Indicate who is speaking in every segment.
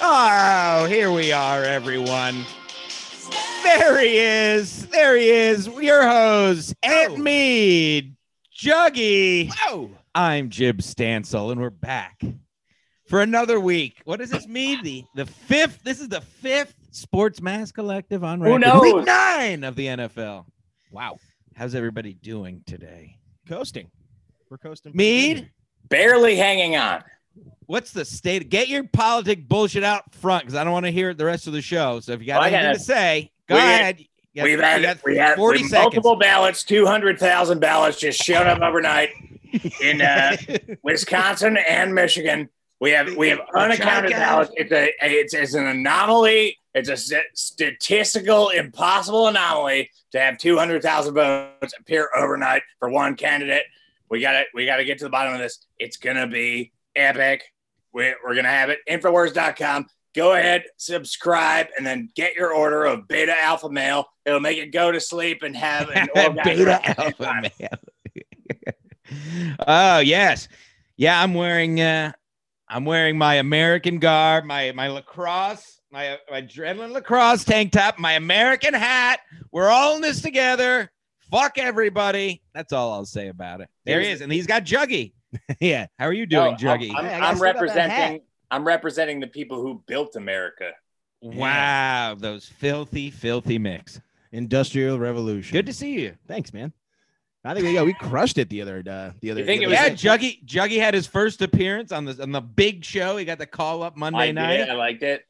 Speaker 1: Oh, here we are, everyone. There he is. There he is. Your host, and me, Juggy.
Speaker 2: Whoa!
Speaker 1: I'm Jib Stansel, and we're back for another week. What does this mean? The the fifth. This is the fifth Sports Mass Collective on
Speaker 3: Who
Speaker 1: record.
Speaker 3: knows?
Speaker 1: Week nine of the NFL.
Speaker 2: Wow.
Speaker 1: How's everybody doing today?
Speaker 2: Coasting. We're coasting.
Speaker 1: Mead,
Speaker 3: barely hanging on.
Speaker 1: what's the state? Get your politic bullshit out front, because I don't want to hear it the rest of the show. So if you got
Speaker 3: Well, I
Speaker 1: anything
Speaker 3: had-
Speaker 1: to say, go
Speaker 3: we-
Speaker 1: ahead. You got-
Speaker 3: we've
Speaker 1: you
Speaker 3: had
Speaker 1: got
Speaker 3: we had
Speaker 1: forty
Speaker 3: we-
Speaker 1: seconds.
Speaker 3: multiple ballots, two hundred thousand ballots just showed up overnight in uh, Wisconsin and Michigan. We have we have unaccounted ballots. It's a it's, it's an anomaly. It's a st- statistical impossible anomaly to have two hundred thousand votes appear overnight for one candidate. We got to we got to get to the bottom of this. It's gonna be epic. We're, we're gonna have it. Infowars.com go ahead, subscribe, and then get your order of Beta Alpha Male. It'll make it go to sleep and have an orgasm.
Speaker 1: Beta alpha male. oh yes, yeah. I'm wearing uh, I'm wearing my American garb, my my lacrosse, my, my adrenaline lacrosse tank top, my American hat. We're all in this together. Fuck everybody. That's all I'll say about it. There he is, and he's got Juggy.
Speaker 2: yeah.
Speaker 1: How are you doing,
Speaker 3: No, I'm-
Speaker 1: Juggy?
Speaker 3: I'm,
Speaker 2: Yeah, I
Speaker 3: I'm
Speaker 2: gotta say about that
Speaker 3: representing. I'm representing the people who built America.
Speaker 1: wow, those filthy, filthy mix.
Speaker 2: Industrial Revolution.
Speaker 1: Good to see you.
Speaker 2: Thanks, man. I think we yeah, we crushed it the other uh, the other.
Speaker 3: think
Speaker 2: the
Speaker 3: it
Speaker 2: other
Speaker 3: was-
Speaker 1: Yeah,
Speaker 2: day.
Speaker 1: Juggy. Juggy had his first appearance on the on the big show. He got the call up Monday
Speaker 3: I did
Speaker 1: night.
Speaker 3: it. I liked it.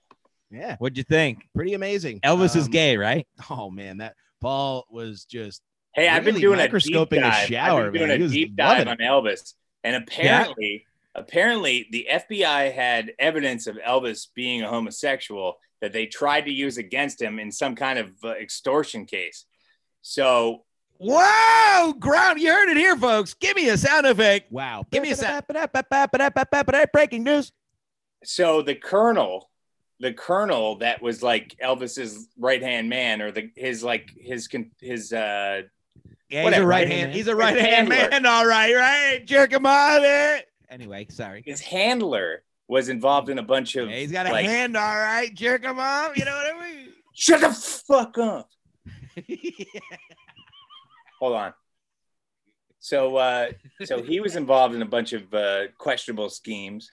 Speaker 2: yeah,
Speaker 1: What'd you think?
Speaker 2: pretty amazing.
Speaker 1: Elvis is
Speaker 2: Um,
Speaker 1: gay, right?
Speaker 2: Oh man, that Paul was just
Speaker 3: Hey, I've been
Speaker 2: Really
Speaker 3: doing a deep
Speaker 2: microscoping the
Speaker 3: dive.
Speaker 2: shower,
Speaker 3: I've been doing
Speaker 2: man. He
Speaker 3: a
Speaker 2: was
Speaker 3: deep dive on
Speaker 2: loving
Speaker 3: Elvis, and apparently, apparently, the FBI had evidence of Elvis being a homosexual that they tried to use against him in some kind of uh, extortion case. So
Speaker 1: Wow, ground. You heard it here, folks. Give me a sound effect.
Speaker 2: wow.
Speaker 1: Give me a sec.
Speaker 2: Breaking news.
Speaker 3: so the colonel the colonel that was like elvis's right hand man or the his like his con- his
Speaker 1: Yeah,
Speaker 3: uh
Speaker 1: he's
Speaker 3: Whatever,
Speaker 1: a right
Speaker 3: right-hand
Speaker 1: hand.
Speaker 2: man.
Speaker 1: He's a right hand
Speaker 3: Right-hand
Speaker 1: man. All right, right. Jerk him on it. Anyway, sorry.
Speaker 3: his handler was involved in a bunch of
Speaker 1: Yeah, he's got a
Speaker 3: like,
Speaker 1: hand. All right, jerk him off. You know what I mean?
Speaker 3: shut the fuck up hold on so uh so he was involved in a bunch of uh, questionable schemes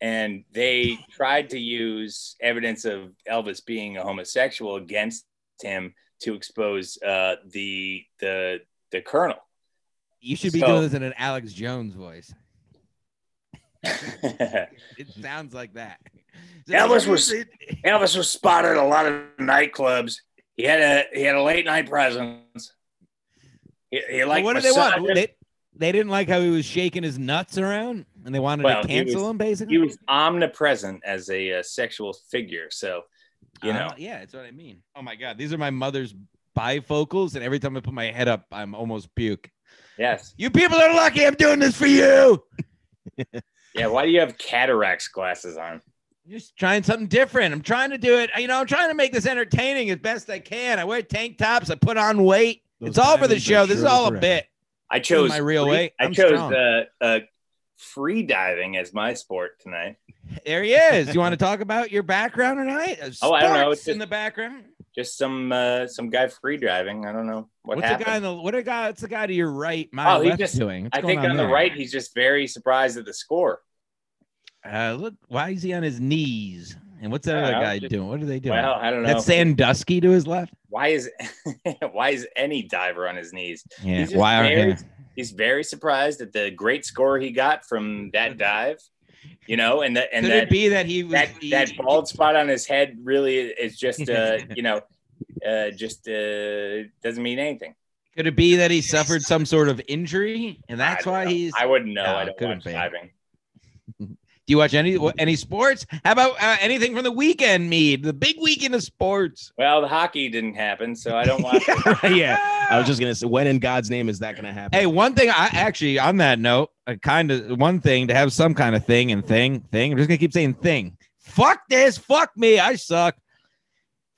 Speaker 3: and they tried to use evidence of elvis being a homosexual against him to expose uh the the the colonel
Speaker 1: You should be
Speaker 3: So-
Speaker 1: doing this in an Alex Jones voice. It sounds like that.
Speaker 3: Elvis was- Elvis was spotted at a lot of nightclubs. He had a he had a late night presence. He, he
Speaker 1: Well,
Speaker 3: liked
Speaker 1: what do they want?
Speaker 3: massages.
Speaker 1: They, they didn't like how he was shaking his nuts around, and they wanted
Speaker 3: Well,
Speaker 1: to
Speaker 3: he
Speaker 1: cancel
Speaker 3: was-
Speaker 1: him. Basically,
Speaker 3: He was omnipresent as a uh, sexual figure. So, you
Speaker 1: Uh,
Speaker 3: know,
Speaker 1: yeah, that's what I mean. Oh my god, these are my mother's bifocals, and every time I put my head up, I'm almost puke.
Speaker 3: yes,
Speaker 1: You people are lucky. I'm doing this for you.
Speaker 3: yeah. Why do you have cataracts glasses on?
Speaker 1: Just trying something different. I'm trying to do it. You know, I'm trying to make this entertaining as best I can. I wear tank tops. I put on weight.
Speaker 2: Those
Speaker 1: it's all for the
Speaker 2: diamonds are
Speaker 1: show. This is
Speaker 2: surely
Speaker 1: all a
Speaker 2: forever.
Speaker 1: bit.
Speaker 3: I chose
Speaker 1: my real
Speaker 3: free-
Speaker 1: weight.
Speaker 3: I
Speaker 1: I'm
Speaker 3: chose
Speaker 1: strong.
Speaker 3: uh, uh, free diving as my sport tonight.
Speaker 1: There he is. You want to talk about your background tonight? Uh,
Speaker 3: Oh, I don't know.
Speaker 1: sports
Speaker 3: It's just-
Speaker 1: in the background.
Speaker 3: Just some uh, some guy free diving. I don't know what
Speaker 1: what's the
Speaker 3: happened.
Speaker 1: guy in the what a guy? What's the guy to your right? My
Speaker 3: Oh, he
Speaker 1: left
Speaker 3: just-
Speaker 1: doing. What's
Speaker 3: I
Speaker 1: going
Speaker 3: think on, the
Speaker 1: there?
Speaker 3: right, he's just very surprised at the score.
Speaker 1: Uh, look, why is he on his knees? And what's that
Speaker 3: Yeah,
Speaker 1: other
Speaker 3: I was
Speaker 1: guy
Speaker 3: just-
Speaker 1: doing? What are they doing?
Speaker 3: Well, I don't know.
Speaker 1: That's Sandusky to his left.
Speaker 3: why is why is any diver on his knees?
Speaker 1: Yeah.
Speaker 3: He's just
Speaker 1: Why
Speaker 3: very-
Speaker 1: are
Speaker 3: He's very surprised at the great score he got from that dive, you know, and that and
Speaker 1: Could
Speaker 3: that
Speaker 1: it be that he was
Speaker 3: that,
Speaker 1: he-
Speaker 3: that bald spot on his head really is just uh, you know, uh, just uh, doesn't mean anything.
Speaker 1: Could it be that he suffered some sort of injury, and that's
Speaker 3: I don't
Speaker 1: why
Speaker 3: know.
Speaker 1: he's?
Speaker 3: I wouldn't know.
Speaker 1: No,
Speaker 3: I
Speaker 1: it
Speaker 3: don't
Speaker 1: couldn't
Speaker 3: watch
Speaker 1: be.
Speaker 3: diving.
Speaker 1: Do you watch any any sports? How about uh, anything from the weekend, Mead? The big weekend of sports.
Speaker 3: Well, the hockey didn't happen, so I don't watch. it.
Speaker 2: yeah. I was just gonna say, when in God's name is that gonna happen?
Speaker 1: Hey, one thing I actually on that note, a kind of one thing to have some kind of thing and thing thing. I'm just gonna keep saying thing. Fuck this. Fuck me. I suck.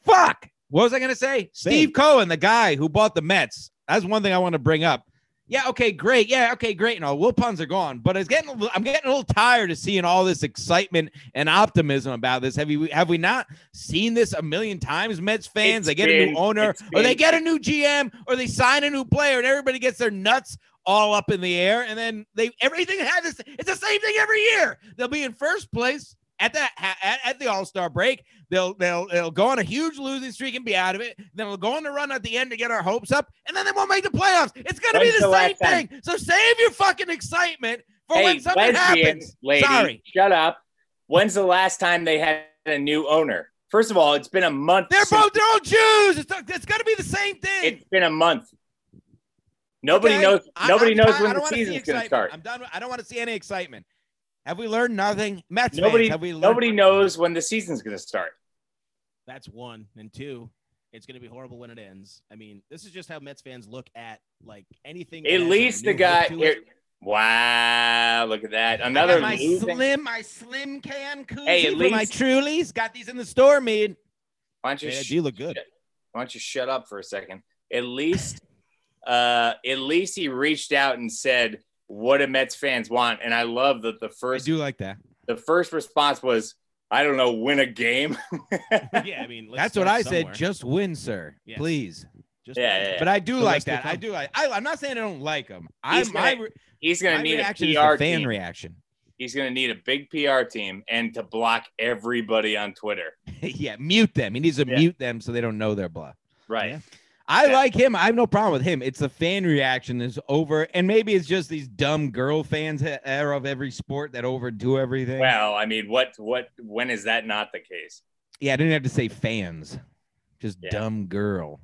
Speaker 1: Fuck. What was I gonna say? Steve Cohen, the guy who bought the Mets. That's one thing I want to bring up. yeah, okay, great. Yeah, okay, great. And all Will puns are gone. But it's getting I'm getting a little tired of seeing all this excitement and optimism about this. Have you have we not seen this a million times? Mets fans,
Speaker 3: It's
Speaker 1: they get a
Speaker 3: been-
Speaker 1: new owner,
Speaker 3: it's
Speaker 1: or they
Speaker 3: been-
Speaker 1: get a new GM, or they sign a new player, and everybody gets their nuts all up in the air. And then they everything has this, it's the same thing every year. They'll be in first place at the at, at the all-star break. They'll they'll they'll go on a huge losing streak and be out of it. Then they'll go on the run at the end to get our hopes up, and then they won't make the playoffs. It's gonna
Speaker 3: When's
Speaker 1: be
Speaker 3: the
Speaker 1: the same
Speaker 3: last time?
Speaker 1: thing. So save your fucking excitement for
Speaker 3: Hey,
Speaker 1: when something happens.
Speaker 3: lesbians, lady,
Speaker 1: Sorry.
Speaker 3: shut up. When's the last time they had a new owner? First of all, it's been a month.
Speaker 1: They're
Speaker 3: since-
Speaker 1: both they're all Jews. It's, it's gonna be the same thing.
Speaker 3: It's been a month. Nobody
Speaker 1: Okay?
Speaker 3: knows.
Speaker 1: I'm-
Speaker 3: nobody
Speaker 1: I'm
Speaker 3: knows
Speaker 1: tired. I
Speaker 3: when
Speaker 1: don't
Speaker 3: the
Speaker 1: wanna see
Speaker 3: season's going to
Speaker 1: excitement.
Speaker 3: start.
Speaker 1: I'm done. with- I don't want to see any excitement. Have we learned nothing? Mets
Speaker 3: Nobody-
Speaker 1: fans, have we learned?
Speaker 3: Nobody knows when the season's going to start.
Speaker 2: That's one. And two, it's going to be horrible when it ends. I mean, this is just how Mets fans look at like anything. that
Speaker 3: At
Speaker 2: has a
Speaker 3: least the
Speaker 2: new
Speaker 3: guy.
Speaker 2: hook to it.
Speaker 3: here- wow! Look at that.
Speaker 1: I got
Speaker 3: Another
Speaker 1: my
Speaker 3: losing.
Speaker 1: slim, my slim can koozie
Speaker 3: Hey, at
Speaker 1: for my
Speaker 3: least-
Speaker 1: Trulies. Got these in the store, man.
Speaker 3: Why don't you?
Speaker 2: They
Speaker 3: sh-
Speaker 2: do look good.
Speaker 3: why don't you shut up for a second? At least, uh, at least he reached out and said, "What do Mets fans want?" And I love that the
Speaker 1: I
Speaker 3: first,
Speaker 1: do like that.
Speaker 3: the first response was, "I don't know, win a game."
Speaker 2: yeah, I mean, let's
Speaker 1: That's what
Speaker 2: start
Speaker 1: I
Speaker 2: somewhere.
Speaker 1: said. Just win, sir.
Speaker 2: Yes.
Speaker 1: Please.
Speaker 2: Just-
Speaker 3: Yeah, yeah, yeah.
Speaker 1: But I do
Speaker 2: The
Speaker 1: like
Speaker 2: rest will
Speaker 1: that. I
Speaker 2: come.
Speaker 1: do like. I, I'm not saying I don't like them. I
Speaker 3: He's
Speaker 1: my,
Speaker 3: gonna-
Speaker 1: re-
Speaker 3: He's going
Speaker 1: my
Speaker 3: to need a
Speaker 1: reaction is
Speaker 3: PR
Speaker 1: the fan
Speaker 3: team.
Speaker 1: reaction.
Speaker 3: He's going to need a big PR team and to block everybody on Twitter.
Speaker 1: yeah, mute them. He needs to
Speaker 3: Yeah.
Speaker 1: mute them so they don't know their bluff.
Speaker 3: Right.
Speaker 2: Yeah.
Speaker 1: I
Speaker 3: Yeah.
Speaker 1: like him. I have no problem with him. It's the fan reaction is over, and maybe it's just these dumb girl fans that are of every sport that overdo everything.
Speaker 3: Well, I mean, what, what, when is that not the case?
Speaker 1: Yeah, I didn't have to say fans, just
Speaker 3: Yeah.
Speaker 1: dumb girl.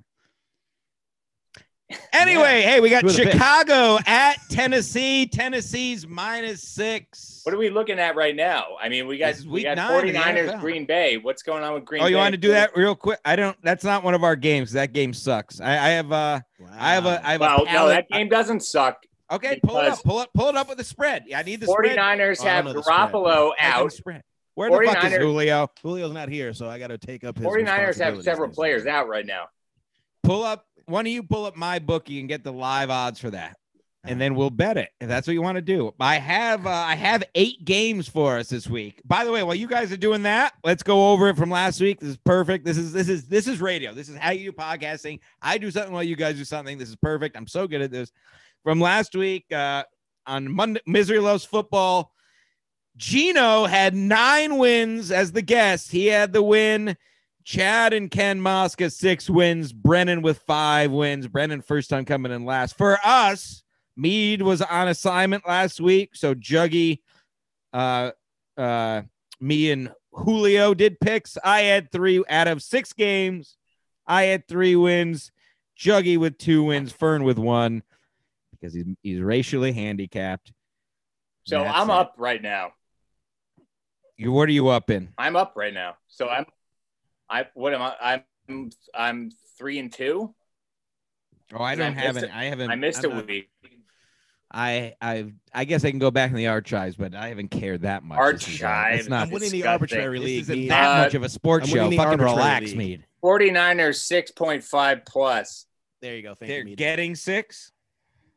Speaker 1: Anyway, hey, we got
Speaker 2: Who would've picked?
Speaker 1: Chicago at Tennessee. Tennessee's minus six.
Speaker 3: What are we looking at right now? I mean, we got,
Speaker 1: This is
Speaker 3: we
Speaker 1: week
Speaker 3: got
Speaker 1: nine in the
Speaker 3: 49ers,
Speaker 1: NFL.
Speaker 3: Green Bay. What's going on with Green
Speaker 1: oh,
Speaker 3: Bay?
Speaker 1: you want to do that real quick? I don't. That's not one of our games. That game sucks. I, I have uh,
Speaker 2: Wow.
Speaker 1: I have a. I have
Speaker 3: Ah. Well,
Speaker 1: a.
Speaker 3: no,
Speaker 1: palette-
Speaker 3: that game doesn't suck.
Speaker 1: okay, pull it
Speaker 3: because-
Speaker 1: up. Pull it. Pull it up with the spread. Yeah, I need the spread.
Speaker 3: 49ers
Speaker 2: Oh, I
Speaker 3: have
Speaker 2: don't know the spread.
Speaker 3: Garoppolo
Speaker 1: I need the
Speaker 3: out.
Speaker 1: Spread. Where the fuck is
Speaker 3: 49ers
Speaker 1: Julio?
Speaker 2: Julio's not here, so I got to take up his.
Speaker 3: 49ers have
Speaker 2: responsibilities
Speaker 3: several
Speaker 2: this
Speaker 3: players
Speaker 2: season.
Speaker 3: out right now.
Speaker 1: Pull up. One of you pull up my bookie and get the live odds for that, and then we'll bet it if that's what you want to do. I have uh, I have eight games for us this week. By the way, while you guys are doing that, let's go over it from last week. This is perfect. This is this is this is radio. This is how you do podcasting. I do something while you guys do something. This is perfect. I'm so good at this. From last week uh, on Monday, Misery Loves Football. Gino had nine wins as the guest. He had the win. Chad and Ken Mosca, six wins. Brennan with five wins. Brennan, first time coming in last. For us, Mead was on assignment last week. So Juggy, uh, uh, me and Julio did picks. I had three out of six games. I had three wins. Juggy with two wins. Fern with one because he's, he's racially handicapped.
Speaker 3: So
Speaker 1: That's
Speaker 3: I'm
Speaker 1: it.
Speaker 3: up right now.
Speaker 1: You, what are you up in?
Speaker 3: I'm up right now. So I'm, I, what am I? I'm, I'm three and two.
Speaker 1: Oh, I
Speaker 3: Because I
Speaker 1: don't have
Speaker 3: missed
Speaker 1: any. I haven't.
Speaker 3: I missed
Speaker 1: I'm
Speaker 3: a
Speaker 1: not-
Speaker 3: week.
Speaker 1: I I I guess I can go back in the archives, but I haven't cared that much. this season.
Speaker 3: Archives.
Speaker 1: It's not.
Speaker 2: I'm winning the
Speaker 3: Disgusting.
Speaker 2: arbitrary
Speaker 1: This
Speaker 2: league.
Speaker 1: isn't
Speaker 2: me.
Speaker 1: that
Speaker 3: Uh,
Speaker 1: much of a sports
Speaker 2: I'm
Speaker 1: show.
Speaker 2: winning the
Speaker 1: Fucking
Speaker 2: arbitrary
Speaker 1: relax,
Speaker 2: league.
Speaker 1: Mead.
Speaker 3: 49ers 6.5 plus.
Speaker 2: there you go. Thank
Speaker 1: They're
Speaker 2: you. Mead.
Speaker 1: getting six.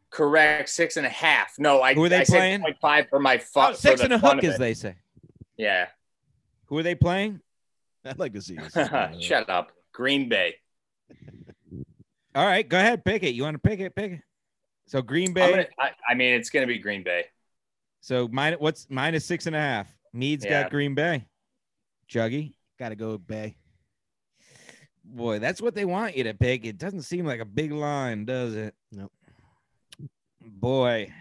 Speaker 3: Correct, six and a half. No, I,
Speaker 1: Who are they
Speaker 3: I
Speaker 1: playing?
Speaker 3: said 0.5 for my
Speaker 1: Oh,
Speaker 3: fun.
Speaker 1: six and a hook, as
Speaker 3: is
Speaker 1: they say.
Speaker 3: Yeah,
Speaker 1: Who are they playing?
Speaker 2: I'd like to see this.
Speaker 1: Mm-hmm.
Speaker 3: shut up. Green Bay.
Speaker 1: All right, go ahead, pick it. You want to pick it? Pick it. So Green
Speaker 3: I'm
Speaker 1: Bay.
Speaker 3: gonna- I, I mean, it's going to be Green Bay.
Speaker 1: So minus what's minus six and a half. Mead's
Speaker 3: Yeah.
Speaker 1: got Green Bay. Juggy.
Speaker 2: Gotta go, Bay.
Speaker 1: Boy, that's what they want you to pick. It doesn't seem like a big line, does it?
Speaker 2: Nope.
Speaker 1: Boy.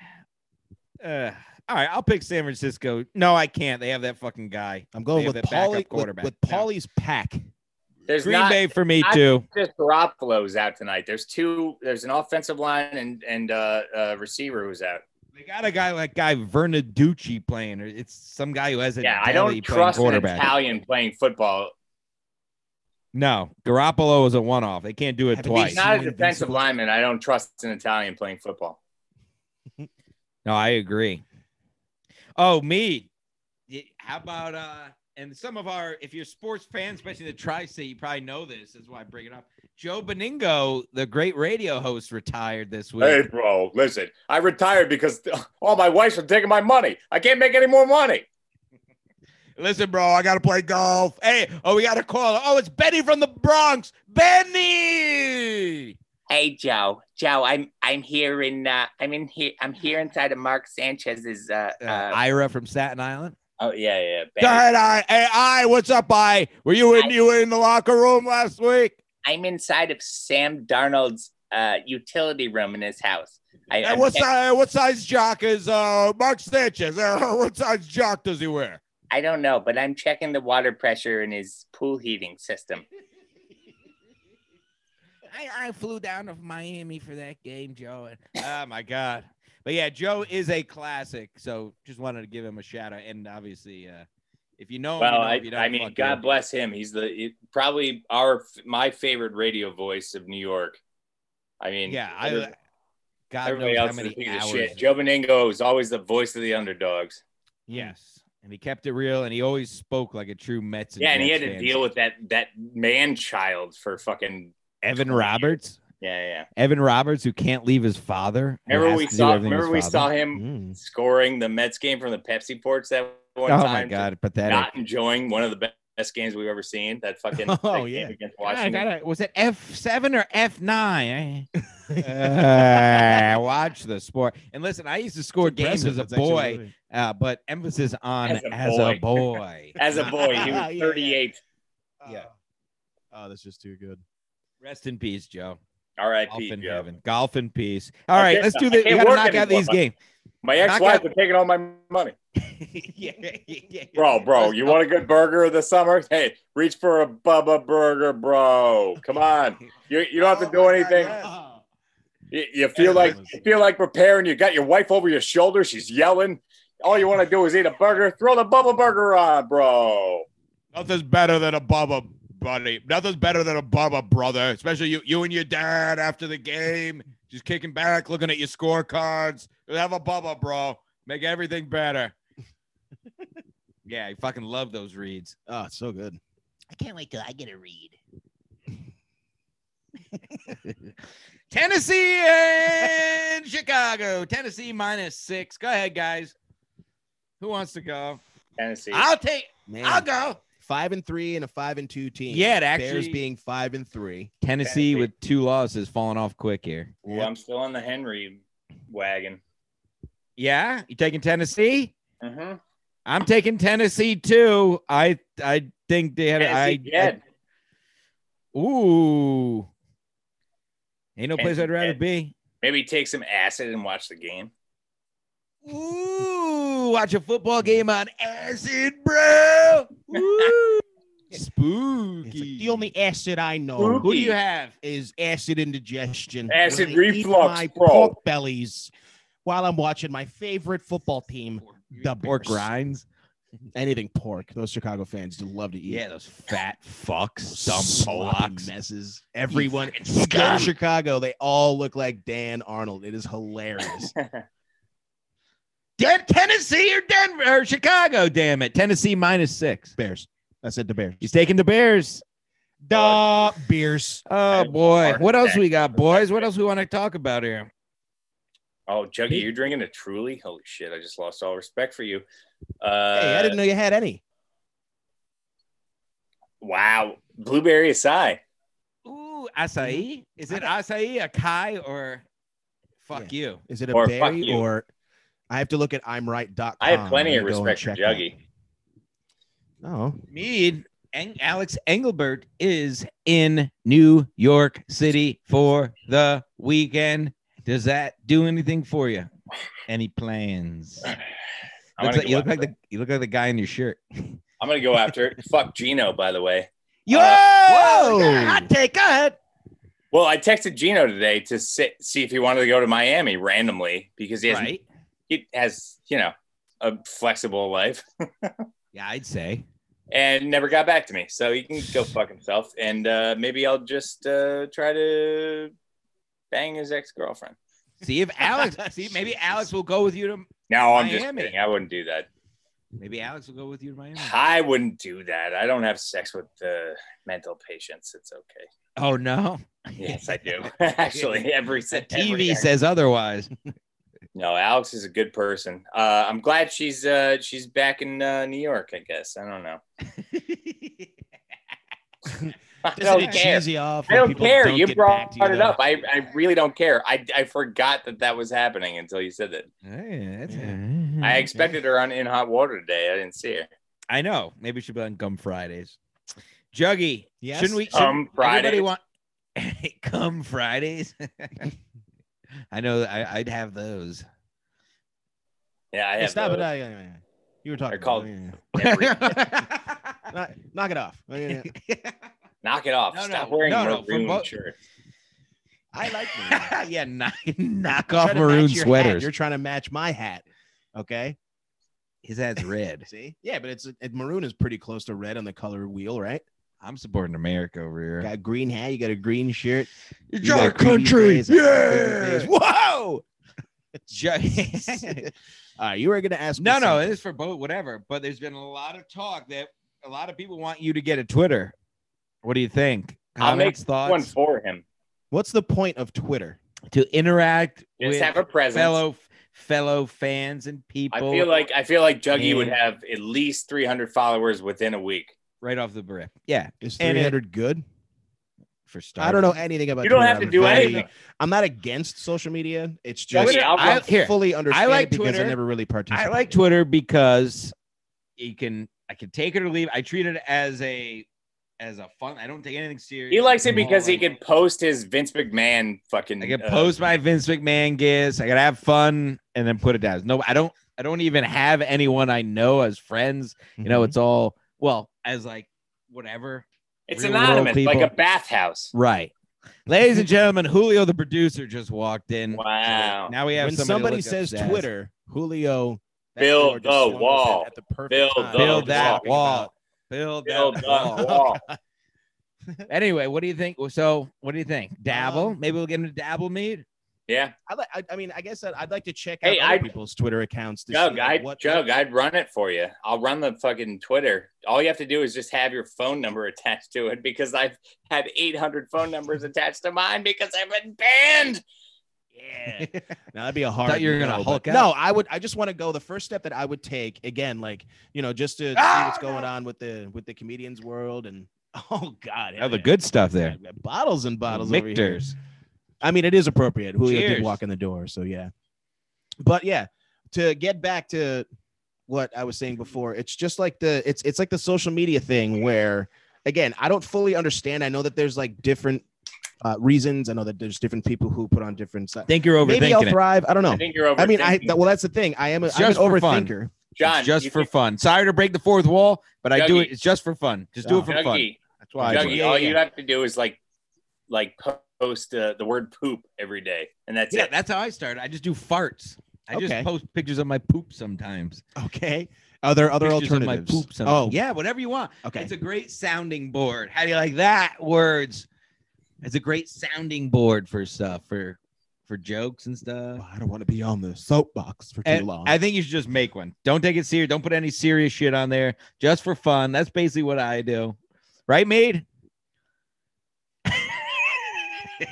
Speaker 1: Uh, all right, I'll pick San Francisco. No, I can't. They have that fucking guy.
Speaker 2: I'm going
Speaker 1: They have
Speaker 2: with
Speaker 1: that backup
Speaker 2: Paulie with,
Speaker 1: quarterback.
Speaker 2: with
Speaker 1: No.
Speaker 2: Paulie's pack.
Speaker 3: There's
Speaker 1: Green
Speaker 3: not
Speaker 1: Bay for me
Speaker 3: I-
Speaker 1: too.
Speaker 3: just Garoppolo's out tonight. There's two. There's an offensive line and and uh, uh receiver who's out.
Speaker 1: They got a guy like guy Vernaducci playing, or it's some guy who has a
Speaker 3: yeah,
Speaker 1: deli
Speaker 3: I don't
Speaker 1: playing
Speaker 3: trust an
Speaker 1: quarterback.
Speaker 3: Italian playing football.
Speaker 1: no, Garoppolo is a one-off. They can't do it
Speaker 2: Haven't
Speaker 1: twice.
Speaker 3: He's not a
Speaker 2: Seen
Speaker 3: defensive
Speaker 2: Invincible.
Speaker 3: lineman. I don't trust an Italian playing football.
Speaker 1: No, I agree. Oh, me. Y- How about uh and some of our, if you're sports fans, especially the tri state, you probably know this. That's why I bring it up. Joe Beningo, the great radio host, retired this week.
Speaker 3: Hey, bro, listen, I retired because all my wives are taking my money. I can't make any more money.
Speaker 1: Listen, bro, I gotta play golf. Hey, oh, we got a call. Oh, it's Benny from the Bronx. Benny.
Speaker 4: Hey Joe, Joe, I'm I'm here in uh, I'm in here I'm here inside of Mark Sanchez's. Uh,
Speaker 1: Uh,
Speaker 4: uh,
Speaker 1: Ira from Staten Island.
Speaker 4: oh yeah, yeah.
Speaker 1: Go
Speaker 4: Benny.
Speaker 1: ahead, I. Hey, I. What's up, I? Were you in?
Speaker 4: Hi.
Speaker 1: You were in the locker room last week.
Speaker 4: I'm inside of Sam Darnold's uh, utility room in his house. I,
Speaker 1: Hey,
Speaker 4: I'm
Speaker 1: what
Speaker 4: check-
Speaker 1: size? What size jock is uh Mark Sanchez? Uh, what size jock does he wear?
Speaker 4: I don't know, but I'm checking the water pressure in his pool heating system.
Speaker 1: Oh, I, I flew down to Miami for that game, Joe. And, oh my God! But yeah, Joe is a classic. So just wanted to give him a shout out, and obviously, uh, if you know him,
Speaker 3: Well,
Speaker 1: you know,
Speaker 3: I,
Speaker 1: if you don't,
Speaker 3: I mean,
Speaker 1: fuck
Speaker 3: God
Speaker 1: him.
Speaker 3: bless him. He's the he- probably our my favorite radio voice of New York. I mean,
Speaker 1: Yeah,
Speaker 3: every-
Speaker 1: I. God
Speaker 3: everybody
Speaker 1: knows how
Speaker 3: else is a
Speaker 1: many
Speaker 3: piece
Speaker 1: hours.
Speaker 3: of shit. Joe Beningo is always the voice of the underdogs.
Speaker 1: Yes, and he kept it real, and he always spoke like a true Mets.
Speaker 3: yeah, and he had
Speaker 1: Jets
Speaker 3: to
Speaker 1: fan.
Speaker 3: deal with that that man child for fucking
Speaker 1: Evan Roberts.
Speaker 3: yeah yeah.
Speaker 1: Evan Roberts, who can't leave his father. and
Speaker 3: Remember
Speaker 1: has
Speaker 3: we
Speaker 1: to do
Speaker 3: saw
Speaker 1: everything his
Speaker 3: remember we
Speaker 1: father-
Speaker 3: saw him
Speaker 2: Mm.
Speaker 3: scoring the Mets game from the Pepsi ports that one
Speaker 1: Oh
Speaker 3: time.
Speaker 1: my God, pathetic.
Speaker 3: not enjoying one of the be- best games we've ever seen. That fucking
Speaker 2: Oh,
Speaker 3: that game
Speaker 2: yeah.
Speaker 3: against
Speaker 1: I
Speaker 3: Washington.
Speaker 1: gotta, was it F seven or F nine? uh, watch the sport. And listen, I used to score games as a boy, uh, but emphasis on as
Speaker 3: As
Speaker 1: a
Speaker 3: a
Speaker 1: boy.
Speaker 3: boy. As a boy, he
Speaker 2: Yeah,
Speaker 3: was
Speaker 2: yeah.
Speaker 3: 38. Uh,
Speaker 1: Yeah.
Speaker 2: Oh, that's just too good.
Speaker 1: Rest in peace, Joe. Golf
Speaker 3: R.I.P.
Speaker 1: in
Speaker 3: Joe.
Speaker 1: heaven. Golf in peace. All right,
Speaker 3: can't-
Speaker 1: let's do
Speaker 3: I
Speaker 1: this. We
Speaker 3: can't
Speaker 1: gotta
Speaker 3: work
Speaker 1: knock out
Speaker 3: anymore.
Speaker 1: these games.
Speaker 3: My
Speaker 1: Knock
Speaker 3: ex-wife
Speaker 1: out-
Speaker 3: was taking all my money.
Speaker 1: yeah, yeah, yeah.
Speaker 3: Bro, bro,
Speaker 1: Let's
Speaker 3: you
Speaker 1: knock-
Speaker 3: want a good burger of the summer? Hey, reach for a Bubba burger, bro. Come on. You, you
Speaker 1: Oh
Speaker 3: don't have to do anything. You, you feel like you feel like preparing. You got your wife over your shoulder. She's yelling. All you want to do is eat a burger. Throw the Bubba burger on, bro.
Speaker 1: Nothing's better than a Bubba buddy. Nothing's better than a Bubba brother, especially you, you and your dad after the game, just kicking back, looking at your scorecards. Have a Bubba, bro. Make everything better. yeah, I fucking love those reads.
Speaker 2: Oh, it's so good.
Speaker 4: I can't wait till I get a read.
Speaker 1: Tennessee and Chicago. Tennessee minus six. Go ahead, guys. Who wants to go?
Speaker 3: Tennessee.
Speaker 1: I'll take.
Speaker 2: Man,
Speaker 1: I'll go.
Speaker 2: five and three and a five and two team.
Speaker 1: Yeah, it
Speaker 2: Bears
Speaker 1: actually-
Speaker 2: being five and three.
Speaker 1: Tennessee with two losses, falling off quick here.
Speaker 3: Ooh, I'm still on the Henry wagon.
Speaker 1: Yeah, you taking Tennessee?
Speaker 3: Mm-hmm.
Speaker 1: I'm taking Tennessee too. I I think they had I,
Speaker 3: yeah.
Speaker 1: I- ooh. Ain't no place
Speaker 3: Tennessee
Speaker 1: I'd rather
Speaker 3: dead.
Speaker 1: be.
Speaker 3: Maybe take some acid and watch the game.
Speaker 1: Ooh, watch a football game on acid, bro. Ooh.
Speaker 2: It's like,
Speaker 1: Spooky.
Speaker 2: the only acid I know
Speaker 3: Who-
Speaker 1: Who do you have?
Speaker 2: is acid indigestion.
Speaker 3: Acid
Speaker 2: When I eat
Speaker 3: reflux,
Speaker 2: my
Speaker 3: bro.
Speaker 2: pork bellies while I'm watching my favorite football team, the
Speaker 1: Or
Speaker 2: Bears.
Speaker 1: grinds.
Speaker 2: Anything pork. Those Chicago fans do love to eat.
Speaker 1: Yeah, those fat fucks, dumb
Speaker 2: Sloppy
Speaker 1: Polacks.
Speaker 2: messes. Everyone
Speaker 1: fucking
Speaker 2: you go
Speaker 1: scum.
Speaker 2: to Chicago, they all look like Dan Arnold. It is hilarious.
Speaker 1: Dead Tennessee or Denver or Chicago, damn it. Tennessee minus six.
Speaker 2: Bears. I said the Bears.
Speaker 1: He's taking the Bears.
Speaker 2: The Bears.
Speaker 1: Oh
Speaker 3: That
Speaker 1: boy,
Speaker 3: heart
Speaker 1: what else
Speaker 3: attack.
Speaker 1: we got, boys? What else we want to talk about here?
Speaker 3: Oh, Juggy, you're drinking a Truly? Holy shit! I just lost all respect for you. Uh,
Speaker 2: Hey, I didn't know you had any.
Speaker 3: Wow, blueberry acai.
Speaker 1: Ooh, acai. Is it acai, a kai, or fuck you?
Speaker 2: Is it a
Speaker 3: Or fuck
Speaker 2: berry
Speaker 3: you.
Speaker 2: or I have to look at imright.com.
Speaker 3: I
Speaker 1: Oh,
Speaker 3: have plenty
Speaker 2: I'm
Speaker 3: of
Speaker 2: gonna go
Speaker 3: respect for
Speaker 2: and check
Speaker 3: Juggy.
Speaker 2: that. Oh,
Speaker 1: Mead and Alex Engelbert is in New York City for the weekend. Does that do anything for you? Any plans?
Speaker 3: I'm
Speaker 1: Looks
Speaker 3: gonna,
Speaker 1: like,
Speaker 3: go
Speaker 1: you look
Speaker 3: after
Speaker 1: like the you look like the guy in your shirt.
Speaker 3: it. I'm gonna go after it. Fuck Gino, by the way.
Speaker 1: Yo,
Speaker 2: Whoa!
Speaker 1: Uh, yeah, hot take. Go ahead.
Speaker 3: Well, I texted Gino today to si- see if he wanted to go to Miami randomly because he has,
Speaker 1: Right?
Speaker 3: he has you know, a flexible life
Speaker 1: Yeah, I'd say.
Speaker 3: and never got back to me. So he can go fuck himself. And uh, maybe I'll just uh, try to bang his ex girlfriend.
Speaker 1: See if Alex. see, maybe Alex will go with you to
Speaker 3: No, I'm just
Speaker 1: Miami.
Speaker 3: kidding. I wouldn't do that.
Speaker 1: Maybe Alex will go with you to Miami.
Speaker 3: I wouldn't do that. I don't have sex with uh, mental patients. It's okay.
Speaker 1: Oh no,
Speaker 3: Yes, I do. Actually, every
Speaker 1: the
Speaker 3: se- every
Speaker 1: TV
Speaker 3: day.
Speaker 1: says otherwise.
Speaker 3: No, Alex is a good person. Uh, I'm glad she's uh, she's back in uh, New York. I guess I don't know. I
Speaker 2: Doesn't
Speaker 3: don't
Speaker 2: it
Speaker 3: care.
Speaker 2: cheesy off?
Speaker 3: I
Speaker 2: when
Speaker 3: don't
Speaker 2: people
Speaker 3: care. you
Speaker 2: get back
Speaker 3: brought
Speaker 2: to you,
Speaker 3: it
Speaker 2: though?
Speaker 3: up. I, I really don't care. I, I forgot that that was happening until you said that.
Speaker 1: Hey, that's-
Speaker 2: Mm-hmm.
Speaker 1: Mm,
Speaker 3: I expected her on In Hot Water today. I didn't see her.
Speaker 1: I know. Maybe she'll be on Gum Fridays. Juggy,
Speaker 2: Yes.
Speaker 1: shouldn't we? Shouldn't
Speaker 3: Um, Friday.
Speaker 1: everybody want Come Fridays? I know. I, I'd have those.
Speaker 3: yeah, I
Speaker 2: Hey,
Speaker 3: have.
Speaker 2: stop
Speaker 3: those.
Speaker 2: it. Oh, I- I- I- You were talking.
Speaker 3: They're called-
Speaker 2: about it. Yeah,
Speaker 3: Every-
Speaker 2: yeah. Knock, knock it off. Yeah, yeah, yeah.
Speaker 3: Knock it off.
Speaker 1: No,
Speaker 3: stop
Speaker 1: no,
Speaker 3: wearing
Speaker 1: no,
Speaker 3: no,
Speaker 1: no, for
Speaker 3: maroon
Speaker 1: both-
Speaker 3: shirt.
Speaker 2: I like maroon.
Speaker 1: yeah, knock, knock
Speaker 2: Try
Speaker 1: off
Speaker 2: to match
Speaker 1: maroon
Speaker 2: your hat.
Speaker 1: sweaters.
Speaker 2: You're trying to match my hat. Okay.
Speaker 1: His hat's red.
Speaker 2: See? Yeah, but it's it, maroon is pretty close to red on the color wheel, right?
Speaker 1: I'm supporting America over here.
Speaker 2: Got green hat. You got a green shirt.
Speaker 1: It's
Speaker 2: You got a green face, a green face.
Speaker 1: Whoa.
Speaker 2: All right, Uh, you were gonna ask. me
Speaker 1: no, no,
Speaker 2: something.
Speaker 1: it is for both, whatever. But there's been a lot of talk that a lot of people want you to get a Twitter. What do you think?
Speaker 3: I'll make
Speaker 1: Comments, thoughts
Speaker 3: One for him.
Speaker 2: What's the point of Twitter?
Speaker 1: to interact
Speaker 3: Just
Speaker 1: with
Speaker 3: have a presence.
Speaker 1: fellow fellow fans and
Speaker 3: I
Speaker 1: people
Speaker 3: feel like I feel like Juggy
Speaker 1: Yeah.
Speaker 3: would have at least 300 followers within a week.
Speaker 1: right off the rip. Yeah,
Speaker 2: Is
Speaker 1: And it-
Speaker 2: 300 good?
Speaker 1: for starters.
Speaker 2: I don't know anything about.
Speaker 3: You don't
Speaker 2: Twitter.
Speaker 3: have to
Speaker 2: I'm
Speaker 3: do
Speaker 2: very-
Speaker 3: anything.
Speaker 2: I'm not against social media. It's
Speaker 3: Juggy,
Speaker 2: just
Speaker 3: I'll
Speaker 2: I
Speaker 1: I- here,
Speaker 2: fully understand.
Speaker 1: I like
Speaker 2: it because
Speaker 1: Twitter.
Speaker 2: I never really
Speaker 1: I
Speaker 2: participated.
Speaker 1: like Twitter because you can I can take it or leave. I treat it as a as a fun. I don't take anything serious.
Speaker 3: He likes it
Speaker 1: It's all
Speaker 3: because he
Speaker 1: like-
Speaker 3: can post his Vince McMahon fucking.
Speaker 1: I can
Speaker 3: uh,
Speaker 1: post my Vince McMahon gifts. I gotta have fun and then put it down. No, I don't. I don't even have anyone I know as friends.
Speaker 2: Mm-hmm.
Speaker 1: You know, it's all well Mm-hmm. as like whatever.
Speaker 3: It's
Speaker 1: real world
Speaker 3: anonymous, like
Speaker 1: people.
Speaker 3: a bathhouse.
Speaker 1: Right, ladies and gentlemen, Julio the producer just walked in.
Speaker 3: Wow.
Speaker 1: Mm. Now we have
Speaker 2: when
Speaker 1: somebody,
Speaker 2: somebody
Speaker 1: to look
Speaker 2: says
Speaker 1: up's ass.
Speaker 2: Twitter, Julio, that
Speaker 3: Build
Speaker 2: door just
Speaker 3: the
Speaker 2: swung open
Speaker 3: wall.
Speaker 2: at the perfect
Speaker 3: Build
Speaker 2: time.
Speaker 3: the
Speaker 1: build that
Speaker 3: Talking
Speaker 1: wall, build that
Speaker 3: Build the
Speaker 1: wall.
Speaker 3: wall.
Speaker 1: Anyway, what do you think? So, what do you think? Dabble?
Speaker 2: Um,
Speaker 1: Maybe we'll get him to dabble mead.
Speaker 3: Yeah,
Speaker 2: I, like, I, I mean, I guess that I'd like to check out
Speaker 3: Hey,
Speaker 2: other
Speaker 3: I-
Speaker 2: people's Twitter accounts. To
Speaker 3: Jug,
Speaker 2: see like,
Speaker 3: I
Speaker 2: what,
Speaker 3: Jug, I'd run it for you. I'll run the fucking Twitter. All you have to do is just have your phone number attached to it because I've had 800 phone numbers attached to mine because I've been banned. Yeah.
Speaker 2: Now that'd be a hard.
Speaker 1: Thought you were gonna
Speaker 2: no, but-
Speaker 1: Hulk out.
Speaker 2: No, I would. I just want to go. The first step that I would take again, like you know, just to see
Speaker 1: Ah,
Speaker 2: what's going
Speaker 1: no.
Speaker 2: on with the with the comedians world and oh god,
Speaker 1: Oh, the
Speaker 2: yeah.
Speaker 1: good stuff there.
Speaker 2: Yeah, bottles and bottles. over here.
Speaker 1: Mictors.
Speaker 2: I mean, it is appropriate. Julio
Speaker 1: Cheers.
Speaker 2: did walk in the door, so yeah. But yeah, to get back to what I was saying before, it's just like the it's it's like the social media thing where again, I don't fully understand. I know that there's like different uh, reasons. I know that there's different people who put on different stuff.
Speaker 1: Think you're overthinking
Speaker 2: Maybe I'll
Speaker 1: it.
Speaker 2: thrive. I don't know.
Speaker 3: I think you're over.
Speaker 2: I mean, I well, that's the thing. I am a,
Speaker 1: It's
Speaker 2: I'm an
Speaker 1: just for fun.
Speaker 2: overthinker.
Speaker 1: It's
Speaker 3: John,
Speaker 1: just
Speaker 3: you
Speaker 1: for
Speaker 3: can-
Speaker 1: fun. Sorry to break the fourth wall, but I do
Speaker 3: Dougie.
Speaker 1: it. It's just for fun. Just do it for fun.
Speaker 3: Juggy,
Speaker 1: That's why. I do
Speaker 3: Juggy,
Speaker 1: it.
Speaker 2: Yeah,
Speaker 3: all
Speaker 2: yeah.
Speaker 3: you have to do is like, like post uh, the word poop every day, and that's
Speaker 1: Yeah,
Speaker 3: it.
Speaker 1: that's how I started. I just do farts. I
Speaker 2: Okay.
Speaker 1: just post pictures of my poop sometimes.
Speaker 2: Okay. Are there other
Speaker 1: Pictures of my
Speaker 2: alternatives?
Speaker 1: poop sometimes.
Speaker 2: oh, yeah.
Speaker 1: yeah, whatever you want.
Speaker 2: Okay.
Speaker 1: It's a great sounding board. How do you like that? Words. It's a great sounding board for stuff for for jokes and stuff.
Speaker 2: Well, I don't want to be on the soapbox for too
Speaker 1: And
Speaker 2: long.
Speaker 1: I think you should just make one. Don't take it serious. Don't put any serious shit on there. Just for fun. That's basically what I do. Right, maid?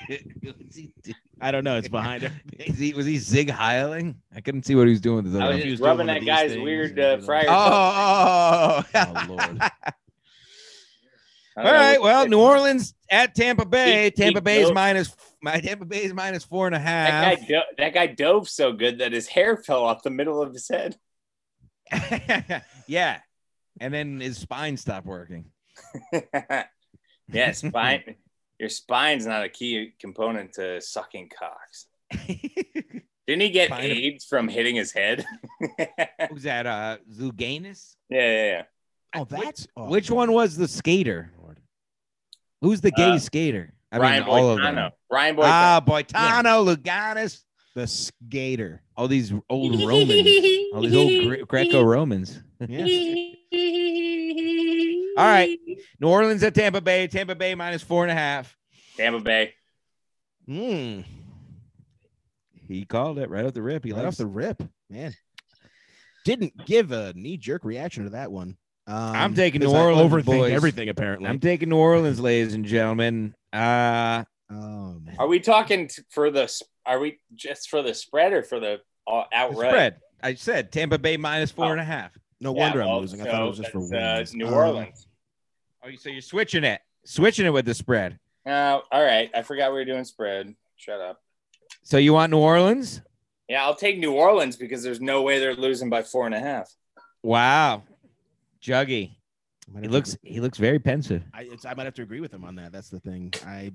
Speaker 1: What's he doing?
Speaker 2: I don't know. It's behind her.
Speaker 1: Is he, was he zig heiling? I couldn't see what he was doing with his
Speaker 3: I
Speaker 1: other
Speaker 3: was
Speaker 1: arm.
Speaker 2: He was
Speaker 3: just
Speaker 2: doing
Speaker 3: rubbing
Speaker 2: one
Speaker 3: that
Speaker 2: of these
Speaker 3: guy's
Speaker 2: things
Speaker 3: weird
Speaker 2: and
Speaker 3: uh,
Speaker 2: doing
Speaker 3: fryer.
Speaker 2: that.
Speaker 1: Oh, oh, oh.
Speaker 2: Oh lord.
Speaker 1: all right. Well, New Orleans at Tampa Bay.
Speaker 3: Eat-
Speaker 1: Tampa
Speaker 3: eat
Speaker 1: Bay's
Speaker 3: goat.
Speaker 1: minus my Tampa Bay's minus four and a
Speaker 3: That
Speaker 1: half.
Speaker 3: guy, do- that guy dove so good that his hair fell off the middle of his head.
Speaker 1: yeah, and then his spine stopped working.
Speaker 3: yeah, spine. Your spine's not a key component to sucking cocks. Didn't he get
Speaker 1: Spine-
Speaker 3: AIDS from hitting his head? yeah,
Speaker 1: Who's that? Uh, Zuganis.
Speaker 3: yeah, yeah.
Speaker 2: Oh,
Speaker 1: Which-
Speaker 2: that's oh,
Speaker 1: Which one was the skater?
Speaker 2: Lord.
Speaker 1: Who's the gay
Speaker 3: Uh,
Speaker 1: skater? I
Speaker 3: Ryan
Speaker 1: mean, all of
Speaker 3: Boitano.
Speaker 1: them.
Speaker 3: Ryan Boitano.
Speaker 1: Ah, Boitano, Luganis.
Speaker 2: The skater.
Speaker 1: All these old Romans. All these old Gre- Greco Romans.
Speaker 2: Yeah.
Speaker 1: All right. New Orleans at Tampa Bay. Tampa Bay minus four and a half.
Speaker 3: Tampa Bay.
Speaker 2: Mm.
Speaker 1: He called it right off the rip. He
Speaker 2: Right off
Speaker 1: left
Speaker 2: the rip, man. didn't give a knee jerk reaction to that one. Um,
Speaker 1: I'm taking
Speaker 2: 'cause
Speaker 1: New
Speaker 2: I
Speaker 1: Orleans,
Speaker 2: overthink
Speaker 1: boys.
Speaker 2: everything apparently.
Speaker 1: I'm taking New Orleans, ladies and gentlemen. Uh,
Speaker 2: um,
Speaker 3: Are we talking t- for the? s- Are we just for the spread or for the uh,
Speaker 1: the
Speaker 3: outright?
Speaker 1: spread. I said Tampa Bay minus four
Speaker 3: Oh.
Speaker 1: and a half.
Speaker 2: no
Speaker 3: Yeah,
Speaker 2: wonder
Speaker 3: well,
Speaker 2: I'm losing. I thought it was just for
Speaker 3: so that's,
Speaker 2: wins.
Speaker 3: uh, New
Speaker 2: Um,
Speaker 3: Orleans.
Speaker 1: Oh, you so you're switching it, switching it with the spread.
Speaker 3: Uh, all right, I forgot we were doing spread. Shut up.
Speaker 1: So you want New Orleans?
Speaker 3: Yeah, I'll take New Orleans because there's no way they're losing by four and a half.
Speaker 1: Wow, Juggy.
Speaker 2: I might
Speaker 1: He
Speaker 2: have to
Speaker 1: looks he looks very pensive.
Speaker 2: I, it's, I might have to agree with him on that. That's the thing. I,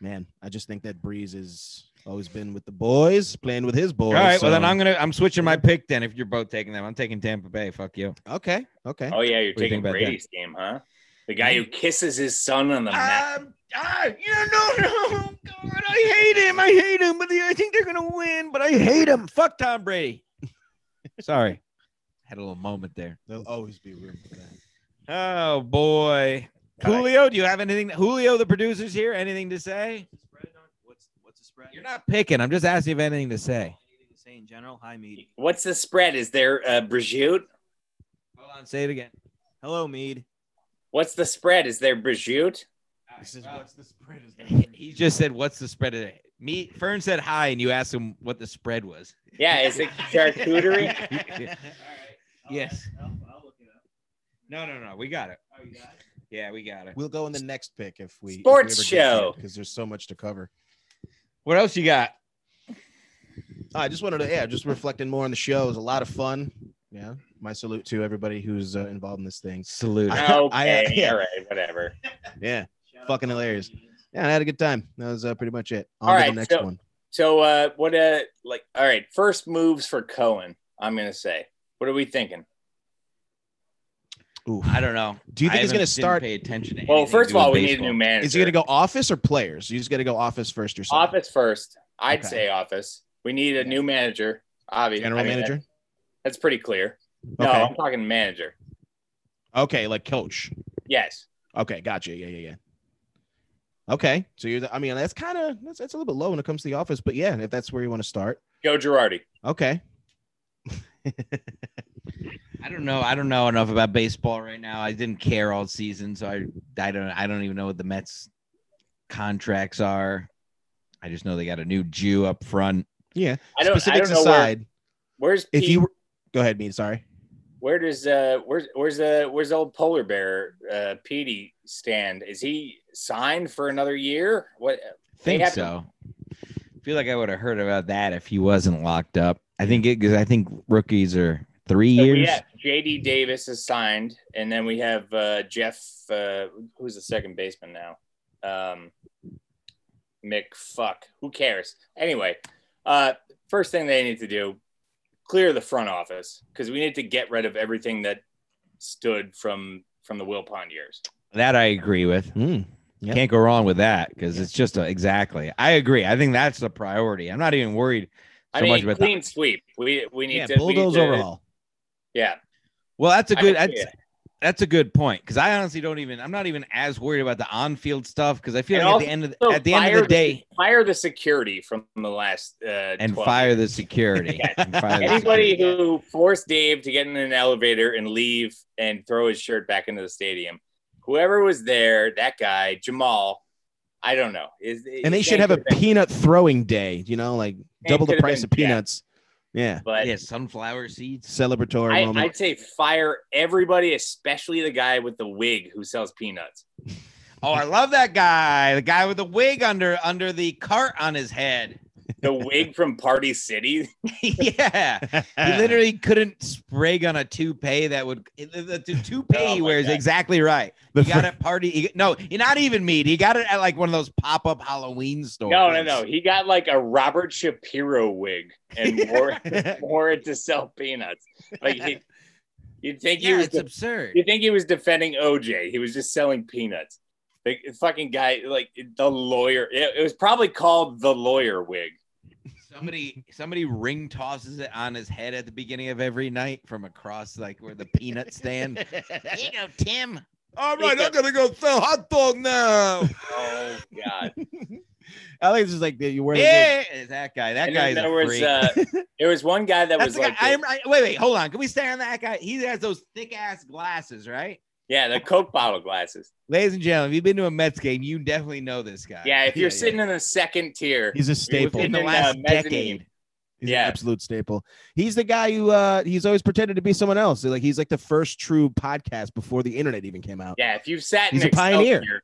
Speaker 2: man, I just think that Breeze has always been with the boys, playing with his boys.
Speaker 1: All right, well then
Speaker 2: so-
Speaker 1: I'm gonna I'm switching my pick then. If you're both taking them, I'm taking Tampa Bay. Fuck you.
Speaker 2: okay, okay.
Speaker 3: Oh yeah, you're
Speaker 1: What do you think
Speaker 3: taking
Speaker 1: about
Speaker 3: Brady's game, huh? The guy who kisses his son on the mouth.
Speaker 1: Um, ah, you don't know. no, God, I hate him. I hate him. But I think they're gonna win. But I hate him. Fuck Tom Brady. Sorry, had a little moment there.
Speaker 2: There'll always be room for that.
Speaker 1: Oh boy, Julio, do you have anything? Julio, the producer's here. Anything to say?
Speaker 5: What's what's the spread?
Speaker 1: You're not picking. I'm just asking if you have anything to say.
Speaker 5: Anything to say in general? Hi, Mead.
Speaker 3: What's the spread? Is there uh, Brigitte?
Speaker 1: Hold on, say it again.
Speaker 5: Hello, Mead.
Speaker 3: What's the spread? Is there Brigitte?
Speaker 2: This is what's the spread is.
Speaker 1: He he just said, "What's the spread today?" Me, Fern said hi, and you asked him what the spread was.
Speaker 3: Yeah, is it charcuterie?
Speaker 1: Yes. No, no, no. We Oh, got it. Yeah, we got it.
Speaker 2: We'll go in the next pick if we
Speaker 3: Sports show.
Speaker 2: because there's so much to cover.
Speaker 1: What else you got?
Speaker 2: I just wanted to yeah, just reflecting more on the show. It was a lot of fun. Yeah, my salute to everybody who's uh, involved in this thing.
Speaker 1: Salute.
Speaker 2: I- uh,
Speaker 3: okay,
Speaker 2: yeah.
Speaker 3: all right, whatever.
Speaker 2: Yeah, fucking hilarious. Yeah, I had a good time. That was uh, pretty much it. On
Speaker 3: All
Speaker 2: to
Speaker 3: right,
Speaker 2: the next
Speaker 3: so-
Speaker 2: one.
Speaker 3: So uh what uh like all right, first moves for Cohen, I'm gonna say. What are we thinking?
Speaker 2: Ooh.
Speaker 1: I don't know.
Speaker 2: Do you think
Speaker 1: I
Speaker 2: he's
Speaker 1: haven't-
Speaker 2: gonna
Speaker 1: didn't
Speaker 2: start?
Speaker 1: Pay attention. To
Speaker 3: Well,
Speaker 1: anything
Speaker 3: first
Speaker 1: to
Speaker 3: of
Speaker 1: do
Speaker 3: all,
Speaker 1: with
Speaker 3: we need a
Speaker 1: baseball.
Speaker 3: new manager.
Speaker 2: Is he gonna go office or players? You just gotta go office first or something.
Speaker 3: office first? I'd
Speaker 2: Okay.
Speaker 3: say office. We need a
Speaker 2: Yeah.
Speaker 3: new manager. Obviously,
Speaker 2: general manager.
Speaker 3: that's pretty clear. No,
Speaker 2: Okay.
Speaker 3: I'm talking manager.
Speaker 2: Okay, like coach.
Speaker 3: Yes.
Speaker 2: Okay, gotcha. Yeah, yeah, yeah. Okay, so you're. The, I mean, that's kind of that's, that's a little bit low when it comes to the office, but yeah, if that's where you want to start,
Speaker 3: Joe Girardi.
Speaker 2: okay.
Speaker 1: I don't know. I don't know enough about baseball right now. I didn't care all season, so I I don't I don't even know what the Mets contracts are. I just know they got a new Jew up front.
Speaker 2: Yeah.
Speaker 3: I don't, I
Speaker 2: Specifics
Speaker 3: don't know where,
Speaker 2: aside,
Speaker 3: where's
Speaker 2: if
Speaker 3: Pete-
Speaker 2: you were- go ahead, me. Sorry.
Speaker 3: where does uh where's where's uh where's old polar bear uh Petey stand? Is he signed for another year? What They
Speaker 1: Think
Speaker 3: have to-
Speaker 1: so. feel like I would have heard about that if he wasn't locked up. I think it because I think rookies are three
Speaker 3: So
Speaker 1: years.
Speaker 3: we have JD Davis is signed, and then we have uh, Jeff, uh, who's the second baseman now. Um, Mick, fuck, who cares? Anyway, uh, first thing they need to do, clear the front office because we need to get rid of everything that stood from from the Will Pond years.
Speaker 1: That I agree with.
Speaker 2: Mm, yeah.
Speaker 1: Can't go wrong with that because it's just a, exactly. I agree. I think that's the priority. I'm not even worried so
Speaker 3: I mean,
Speaker 1: much about
Speaker 3: clean
Speaker 1: that.
Speaker 3: sweep. We we need
Speaker 2: yeah,
Speaker 3: to we need
Speaker 2: bulldoze
Speaker 3: to-
Speaker 2: overhaul.
Speaker 3: Yeah,
Speaker 1: Well, that's a
Speaker 3: I can
Speaker 1: good.
Speaker 3: see
Speaker 1: That's, that's a good point because I honestly don't even. I'm not even as worried about the on-field stuff because I feel
Speaker 3: And
Speaker 1: like at
Speaker 3: also
Speaker 1: the end of
Speaker 3: So
Speaker 1: the, at the end of
Speaker 3: fire
Speaker 1: the day
Speaker 3: fire the security from the last uh,
Speaker 1: and
Speaker 3: 12
Speaker 1: fire the security. and fire the
Speaker 3: Anybody
Speaker 1: security.
Speaker 3: who forced Dave to get in an elevator and leave and throw his shirt back into the stadium, whoever was there, that guy Jamal, I don't know. Is
Speaker 2: And they should have a peanut throwing day. You know, like double the
Speaker 3: could've
Speaker 2: price
Speaker 3: been
Speaker 2: of peanuts. Yeah,
Speaker 3: but
Speaker 1: yeah, sunflower seeds.
Speaker 2: celebratory
Speaker 3: I,
Speaker 2: moment.
Speaker 3: I'd say fire everybody, especially the guy with the wig who sells peanuts.
Speaker 1: Oh, I love that guy. The guy with the wig under under the cart on his head.
Speaker 3: The wig from Party City.
Speaker 1: yeah. He literally couldn't spray gun a toupee that would the, the, the toupee
Speaker 3: Oh
Speaker 1: he
Speaker 3: my
Speaker 1: wears
Speaker 3: God.
Speaker 1: exactly right.
Speaker 2: The
Speaker 1: He got it party. He, no, he- not even meat. He got it at like one of those pop up Halloween
Speaker 2: Oh,
Speaker 1: stores.
Speaker 3: No, no, no. He got like a Robert Shapiro wig and wore, wore it to sell peanuts. Like he, you'd think he
Speaker 1: Yeah,
Speaker 3: was
Speaker 1: it's
Speaker 3: the
Speaker 1: absurd.
Speaker 3: You think he was defending OJ? He was just selling peanuts. The fucking guy, like the lawyer. It, it was probably called the lawyer wig.
Speaker 1: Somebody somebody ring tosses it on his head at the beginning of every night from across like where the peanut stand. you go, Tim. All
Speaker 3: right, I'm
Speaker 1: gonna go sell hot dog now.
Speaker 3: Oh God!
Speaker 2: I think it's just like that you wear the big-
Speaker 1: Yeah, that guy. That
Speaker 3: And
Speaker 1: guy is
Speaker 3: then
Speaker 1: a
Speaker 3: there was
Speaker 1: freak.
Speaker 3: uh, there was one guy that
Speaker 1: That's
Speaker 3: was
Speaker 1: the guy.
Speaker 3: like,
Speaker 1: I, I, wait, wait, hold on. Can we stay on that guy? He has those thick ass glasses, right?
Speaker 3: yeah, the Coke bottle glasses.
Speaker 1: Ladies and gentlemen, if you've been to a Mets game, you definitely know this guy.
Speaker 3: Yeah, if
Speaker 2: Yeah, yeah.
Speaker 3: you're sitting in the second tier,
Speaker 2: He's a staple.
Speaker 1: in
Speaker 3: within
Speaker 1: the
Speaker 3: uh,
Speaker 1: last
Speaker 3: mezzanine.
Speaker 1: decade.
Speaker 2: He's
Speaker 3: Yeah.
Speaker 2: an absolute staple. He's the guy who uh he's always pretended to be someone else. Like he's like the first true podcast before the internet even came out.
Speaker 3: yeah, if you've sat
Speaker 2: He's
Speaker 3: in
Speaker 2: a pioneer.
Speaker 3: Excelsior-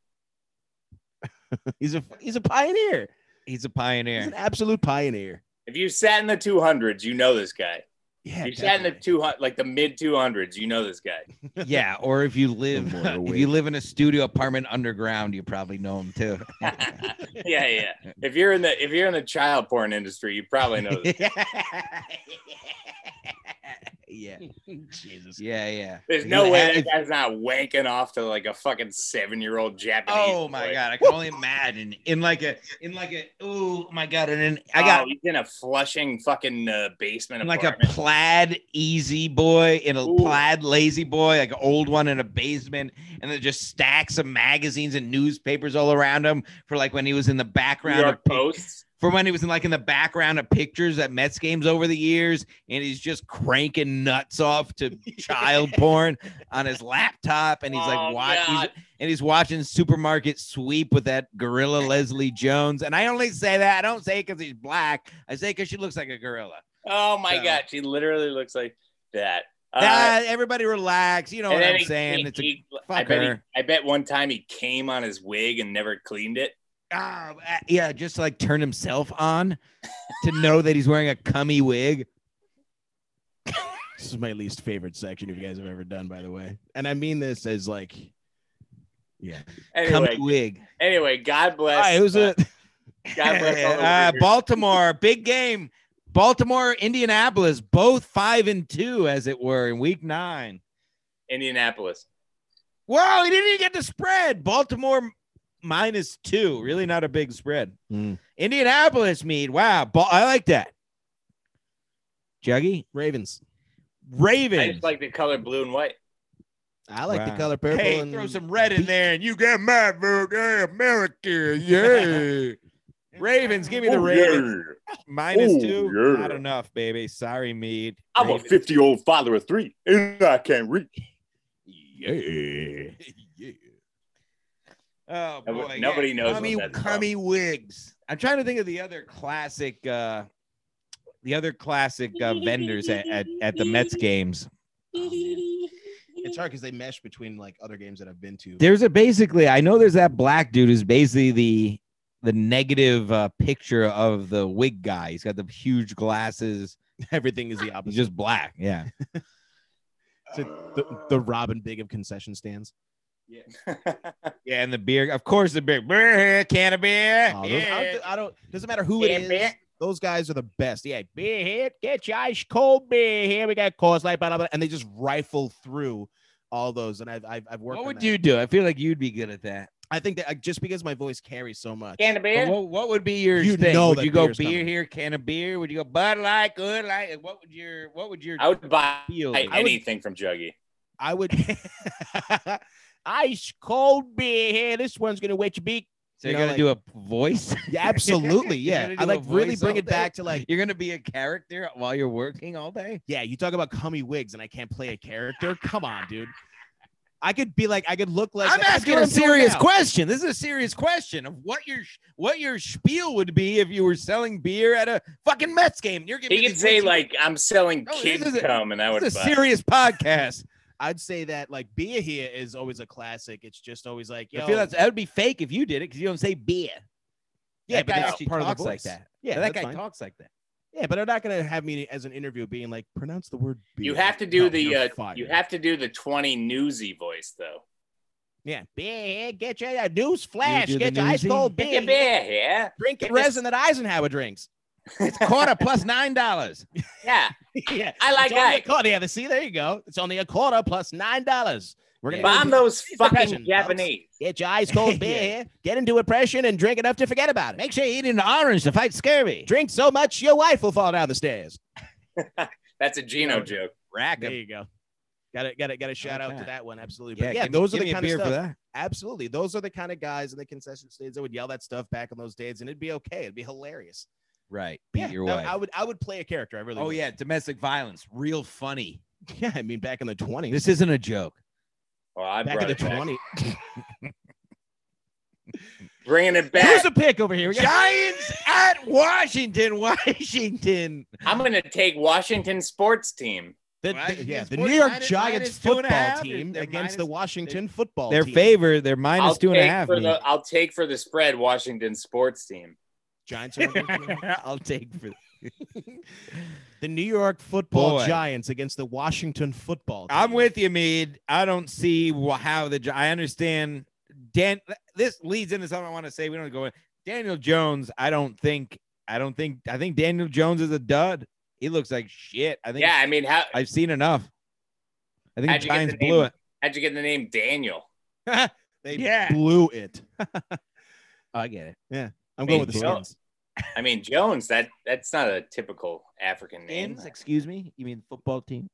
Speaker 2: He's a he's a pioneer.
Speaker 1: He's a
Speaker 2: He's an
Speaker 1: pioneer.
Speaker 2: absolute pioneer.
Speaker 3: if you sat in the two hundreds, you know this guy.
Speaker 2: Yeah.
Speaker 3: you sat in the
Speaker 2: definitely.
Speaker 3: two hundred, like the mid two hundreds, you know this guy.
Speaker 1: yeah, or if you live
Speaker 2: more
Speaker 1: if
Speaker 2: awake.
Speaker 1: you live in a studio apartment underground, you probably know him too.
Speaker 3: yeah, yeah. If you're in the if you're in the child porn industry, you probably know. This.
Speaker 1: yeah. Jesus. Yeah, yeah.
Speaker 3: There's
Speaker 1: If
Speaker 3: no
Speaker 1: you
Speaker 3: way
Speaker 1: had-
Speaker 3: that guy's not wanking off to like a fucking seven year old Japanese.
Speaker 1: Oh my
Speaker 3: boy.
Speaker 1: god, I can only imagine in like a in like a oh my god, and then I got
Speaker 3: Oh, he's in a flushing fucking uh, basement
Speaker 1: like a
Speaker 3: apartment.
Speaker 1: plaid easy boy and a
Speaker 3: Ooh.
Speaker 1: plaid lazy boy, like an old one in a basement, and then just stacks of magazines and newspapers all around him for like when he was in the
Speaker 3: New
Speaker 1: background
Speaker 3: York
Speaker 1: of pic-
Speaker 3: Post.
Speaker 1: for when he was in like in the background of pictures at Mets games over the years, and he's just cranking nuts off to child porn on his laptop, and he's
Speaker 3: Oh,
Speaker 1: like, what? He's,
Speaker 3: God.
Speaker 1: and he's watching Supermarket Sweep with that gorilla Leslie Jones. And I only say that I don't say it because he's black. I say because she looks like a gorilla.
Speaker 3: Oh my
Speaker 1: So-
Speaker 3: god, she literally looks like that. Uh,
Speaker 1: Ah, everybody relax. You know what
Speaker 3: and then
Speaker 1: I'm
Speaker 3: he-
Speaker 1: saying?
Speaker 3: he-
Speaker 1: it's a
Speaker 3: he- I bet,
Speaker 1: fucker.
Speaker 3: he, I bet one time he came on his wig and never cleaned it.
Speaker 1: ah, uh, yeah, just to, like turn himself on to know that he's wearing a cummy wig.
Speaker 2: This is my least favorite section if you guys have ever done, by the way. And I mean this as like yeah.
Speaker 3: Anyway,
Speaker 1: Cummy wig.
Speaker 3: anyway, God bless.
Speaker 2: All right, who's
Speaker 3: uh,
Speaker 2: it?
Speaker 3: God bless all the
Speaker 1: Uh,
Speaker 3: Warriors.
Speaker 1: Baltimore, big game. Baltimore, Indianapolis, both five and two, as it were, in week nine.
Speaker 3: Indianapolis.
Speaker 1: Wow, he didn't even get the spread. Baltimore minus two. Really not a big spread.
Speaker 2: Hmm.
Speaker 1: Indianapolis, Mead. Wow. Ba- I like that. Juggy?
Speaker 2: Ravens.
Speaker 3: I
Speaker 1: Ravens.
Speaker 3: just like the color blue and white.
Speaker 2: I like the
Speaker 1: Wow.
Speaker 2: color purple.
Speaker 1: hey,
Speaker 2: and
Speaker 1: throw some red in there and you get my vote. Yeah, America. Yeah. Ravens. Give me the Ravens. Minus
Speaker 6: Oh,
Speaker 1: two.
Speaker 6: yeah.
Speaker 1: Not enough, baby. Sorry, Mead.
Speaker 6: I'm a
Speaker 1: Ravens.
Speaker 6: 50 year old father of three, and I can't read.
Speaker 2: Yeah. yeah.
Speaker 1: Oh
Speaker 3: Nobody-
Speaker 1: boy,
Speaker 3: nobody
Speaker 1: yeah.
Speaker 3: knows what
Speaker 1: Cummy,
Speaker 3: that's
Speaker 1: cummy wigs. I'm trying to think of the other classic, uh, the other classic uh, vendors at, at at the Mets games.
Speaker 2: It's hard because they mesh between like other games that I've been to.
Speaker 1: There's a basically, I know there's that black dude who's basically the the negative uh, picture of the wig guy. He's got the huge glasses.
Speaker 2: Everything is the
Speaker 1: He's
Speaker 2: opposite.
Speaker 1: just black. Yeah.
Speaker 2: It's like the, the Robin Big of concession stands.
Speaker 1: Yeah, and the beer, of course, the beer. Brr, can of beer.
Speaker 2: Oh, those- I, don't, I don't. Doesn't matter who
Speaker 7: Yeah,
Speaker 2: it is.
Speaker 7: man.
Speaker 2: Those guys are the best. Yeah, beer here. Get your ice cold beer here. We got cause light, blah, blah, blah. And they just rifle through all those. And I've I've, I've worked.
Speaker 1: What
Speaker 2: on
Speaker 1: would
Speaker 2: that.
Speaker 1: you do? I feel like you'd be good at that.
Speaker 2: I think that like, just because my voice carries so much.
Speaker 7: Can of beer?
Speaker 1: But What, what would be your
Speaker 2: You
Speaker 1: thing?
Speaker 2: know
Speaker 1: would
Speaker 2: that
Speaker 1: you go beer
Speaker 2: beer's coming.
Speaker 1: here, can of beer? Would you go Bud Light, Good Light? What would your What would your
Speaker 3: I would buy
Speaker 1: feel? be?
Speaker 3: anything from Juggy.
Speaker 2: I would. ice cold beer here. This one's gonna wet your beak.
Speaker 1: so
Speaker 2: you
Speaker 1: you're
Speaker 2: know,
Speaker 1: gonna do a voice.
Speaker 2: Yeah, absolutely.
Speaker 1: You're
Speaker 2: Yeah,
Speaker 1: gonna do
Speaker 2: I
Speaker 1: a
Speaker 2: like really
Speaker 1: voice
Speaker 2: bring
Speaker 1: all
Speaker 2: it back
Speaker 1: day?
Speaker 2: to like.
Speaker 1: You're gonna be a character while you're working all day.
Speaker 2: Yeah, you talk about cummy wigs and I can't play a character. Come on, dude. I could be like, I could look like.
Speaker 1: I'm
Speaker 2: that's
Speaker 1: asking
Speaker 2: what
Speaker 1: a
Speaker 2: doing
Speaker 1: serious
Speaker 2: now.
Speaker 1: question. This is a serious question of what your sh- what your spiel would be if you were selling beer at a fucking Mets game. You're giving
Speaker 3: He
Speaker 1: me
Speaker 3: could
Speaker 1: this
Speaker 3: say
Speaker 1: answer.
Speaker 3: like, "I'm selling
Speaker 1: Oh, this
Speaker 3: kid
Speaker 1: is a-
Speaker 3: cum," and I would
Speaker 1: This is a
Speaker 3: buy.
Speaker 1: serious podcast.
Speaker 2: I'd say that like beer here is always a classic. It's just always like, yo,
Speaker 1: I feel that's that would be fake if you did it because you don't say beer.
Speaker 2: yeah,
Speaker 1: that
Speaker 2: but
Speaker 1: guy
Speaker 2: that's
Speaker 1: actually
Speaker 2: part of the
Speaker 1: talks like
Speaker 2: voice.
Speaker 1: that.
Speaker 2: Yeah,
Speaker 1: that
Speaker 2: that's
Speaker 1: guy
Speaker 2: fine.
Speaker 1: talks like that.
Speaker 2: Yeah, but they're not gonna have me as an interview being like, pronounce the word. Beer.
Speaker 3: You have to do
Speaker 1: Oh,
Speaker 2: No,
Speaker 3: the
Speaker 2: you're
Speaker 3: uh,
Speaker 2: fired.
Speaker 3: you have to do the twenty newsy voice though.
Speaker 2: yeah, beer here. Get your uh, news flash.
Speaker 1: do the
Speaker 2: Get your ice
Speaker 1: newsy?
Speaker 2: cold
Speaker 3: Get
Speaker 2: beer.
Speaker 3: your beer here.
Speaker 2: Drink
Speaker 3: Get
Speaker 2: the
Speaker 3: this-
Speaker 2: resin that Eisenhower drinks.
Speaker 1: quarter plus nine dollars.
Speaker 3: Yeah,
Speaker 2: yeah,
Speaker 3: I like
Speaker 2: it's only a
Speaker 3: that.
Speaker 2: quarter. Yeah, see, there you go. It's only a quarter plus nine dollars. We're gonna
Speaker 3: Bomb those fucking
Speaker 2: depression, folks.
Speaker 3: Japanese.
Speaker 2: Get your ice cold beer,
Speaker 1: Yeah.
Speaker 2: get into depression, and drink enough to forget about it.
Speaker 1: Make sure you eat an orange to fight scurvy.
Speaker 2: Drink so much your wife will fall down the stairs.
Speaker 3: That's a Gino joke.
Speaker 1: Rack of
Speaker 2: you go. Got to, got to, got to shout out
Speaker 1: that.
Speaker 2: to that one. Absolutely. But yeah,
Speaker 1: give me-
Speaker 2: those
Speaker 1: give
Speaker 2: are
Speaker 1: me
Speaker 2: the
Speaker 1: a
Speaker 2: kind of
Speaker 1: beer
Speaker 2: stuff.
Speaker 1: for that.
Speaker 2: Absolutely. Those are the kind of guys in the concession stands that would yell that stuff back in those days, and it'd be okay. It'd be hilarious.
Speaker 1: Right. Beat
Speaker 2: yeah,
Speaker 1: your
Speaker 2: I-
Speaker 1: wife.
Speaker 2: I would I would play a character. I really
Speaker 1: oh
Speaker 2: would.
Speaker 1: yeah, domestic violence, real funny.
Speaker 2: Yeah, I mean back in the 20s.
Speaker 1: This isn't a joke.
Speaker 3: Well, I
Speaker 2: back in
Speaker 3: brought
Speaker 2: the
Speaker 3: it back.
Speaker 2: 20s.
Speaker 3: Bringing it back.
Speaker 2: Here's a pick over here. We got-
Speaker 1: Giants at Washington, Washington.
Speaker 3: I'm going to take Washington sports team.
Speaker 2: the,
Speaker 1: Well, I-
Speaker 2: the- yeah,
Speaker 1: it's
Speaker 2: the
Speaker 1: minus-
Speaker 2: New York
Speaker 1: minus-
Speaker 2: Giants
Speaker 1: minus two and a
Speaker 2: football
Speaker 1: half.
Speaker 2: team
Speaker 1: They're
Speaker 2: against the
Speaker 1: minus-
Speaker 2: Washington football
Speaker 1: Their
Speaker 2: team.
Speaker 1: favor, they're
Speaker 3: I'll
Speaker 1: minus two and a
Speaker 3: take
Speaker 1: half.
Speaker 3: For
Speaker 1: Mead.
Speaker 3: the, I'll take for the spread Washington sports team.
Speaker 2: Giants. Are on
Speaker 1: I'll take for.
Speaker 2: the New York football
Speaker 1: Boy.
Speaker 2: Giants against the Washington football.
Speaker 1: I'm
Speaker 2: team.
Speaker 1: with you, Mead. I don't see wh- how the. Gi- I understand. Dan, this leads into something I want to say. We don't go in. Daniel Jones. I don't think. I don't think. I think Daniel Jones is a dud. He looks like shit. I think.
Speaker 3: Yeah, I mean, how
Speaker 1: I've seen enough. I think
Speaker 3: How'd
Speaker 1: the
Speaker 3: you get
Speaker 1: Giants
Speaker 3: the name?
Speaker 1: blew it.
Speaker 3: how'd you get the name Daniel?
Speaker 2: They
Speaker 1: Yeah.
Speaker 2: blew it.
Speaker 1: I get it.
Speaker 2: I'm
Speaker 1: They
Speaker 2: going with the
Speaker 3: blew it.
Speaker 2: Skins.
Speaker 3: I mean, Jones. That that's not a typical African name.
Speaker 1: Skins, excuse me. You mean football team?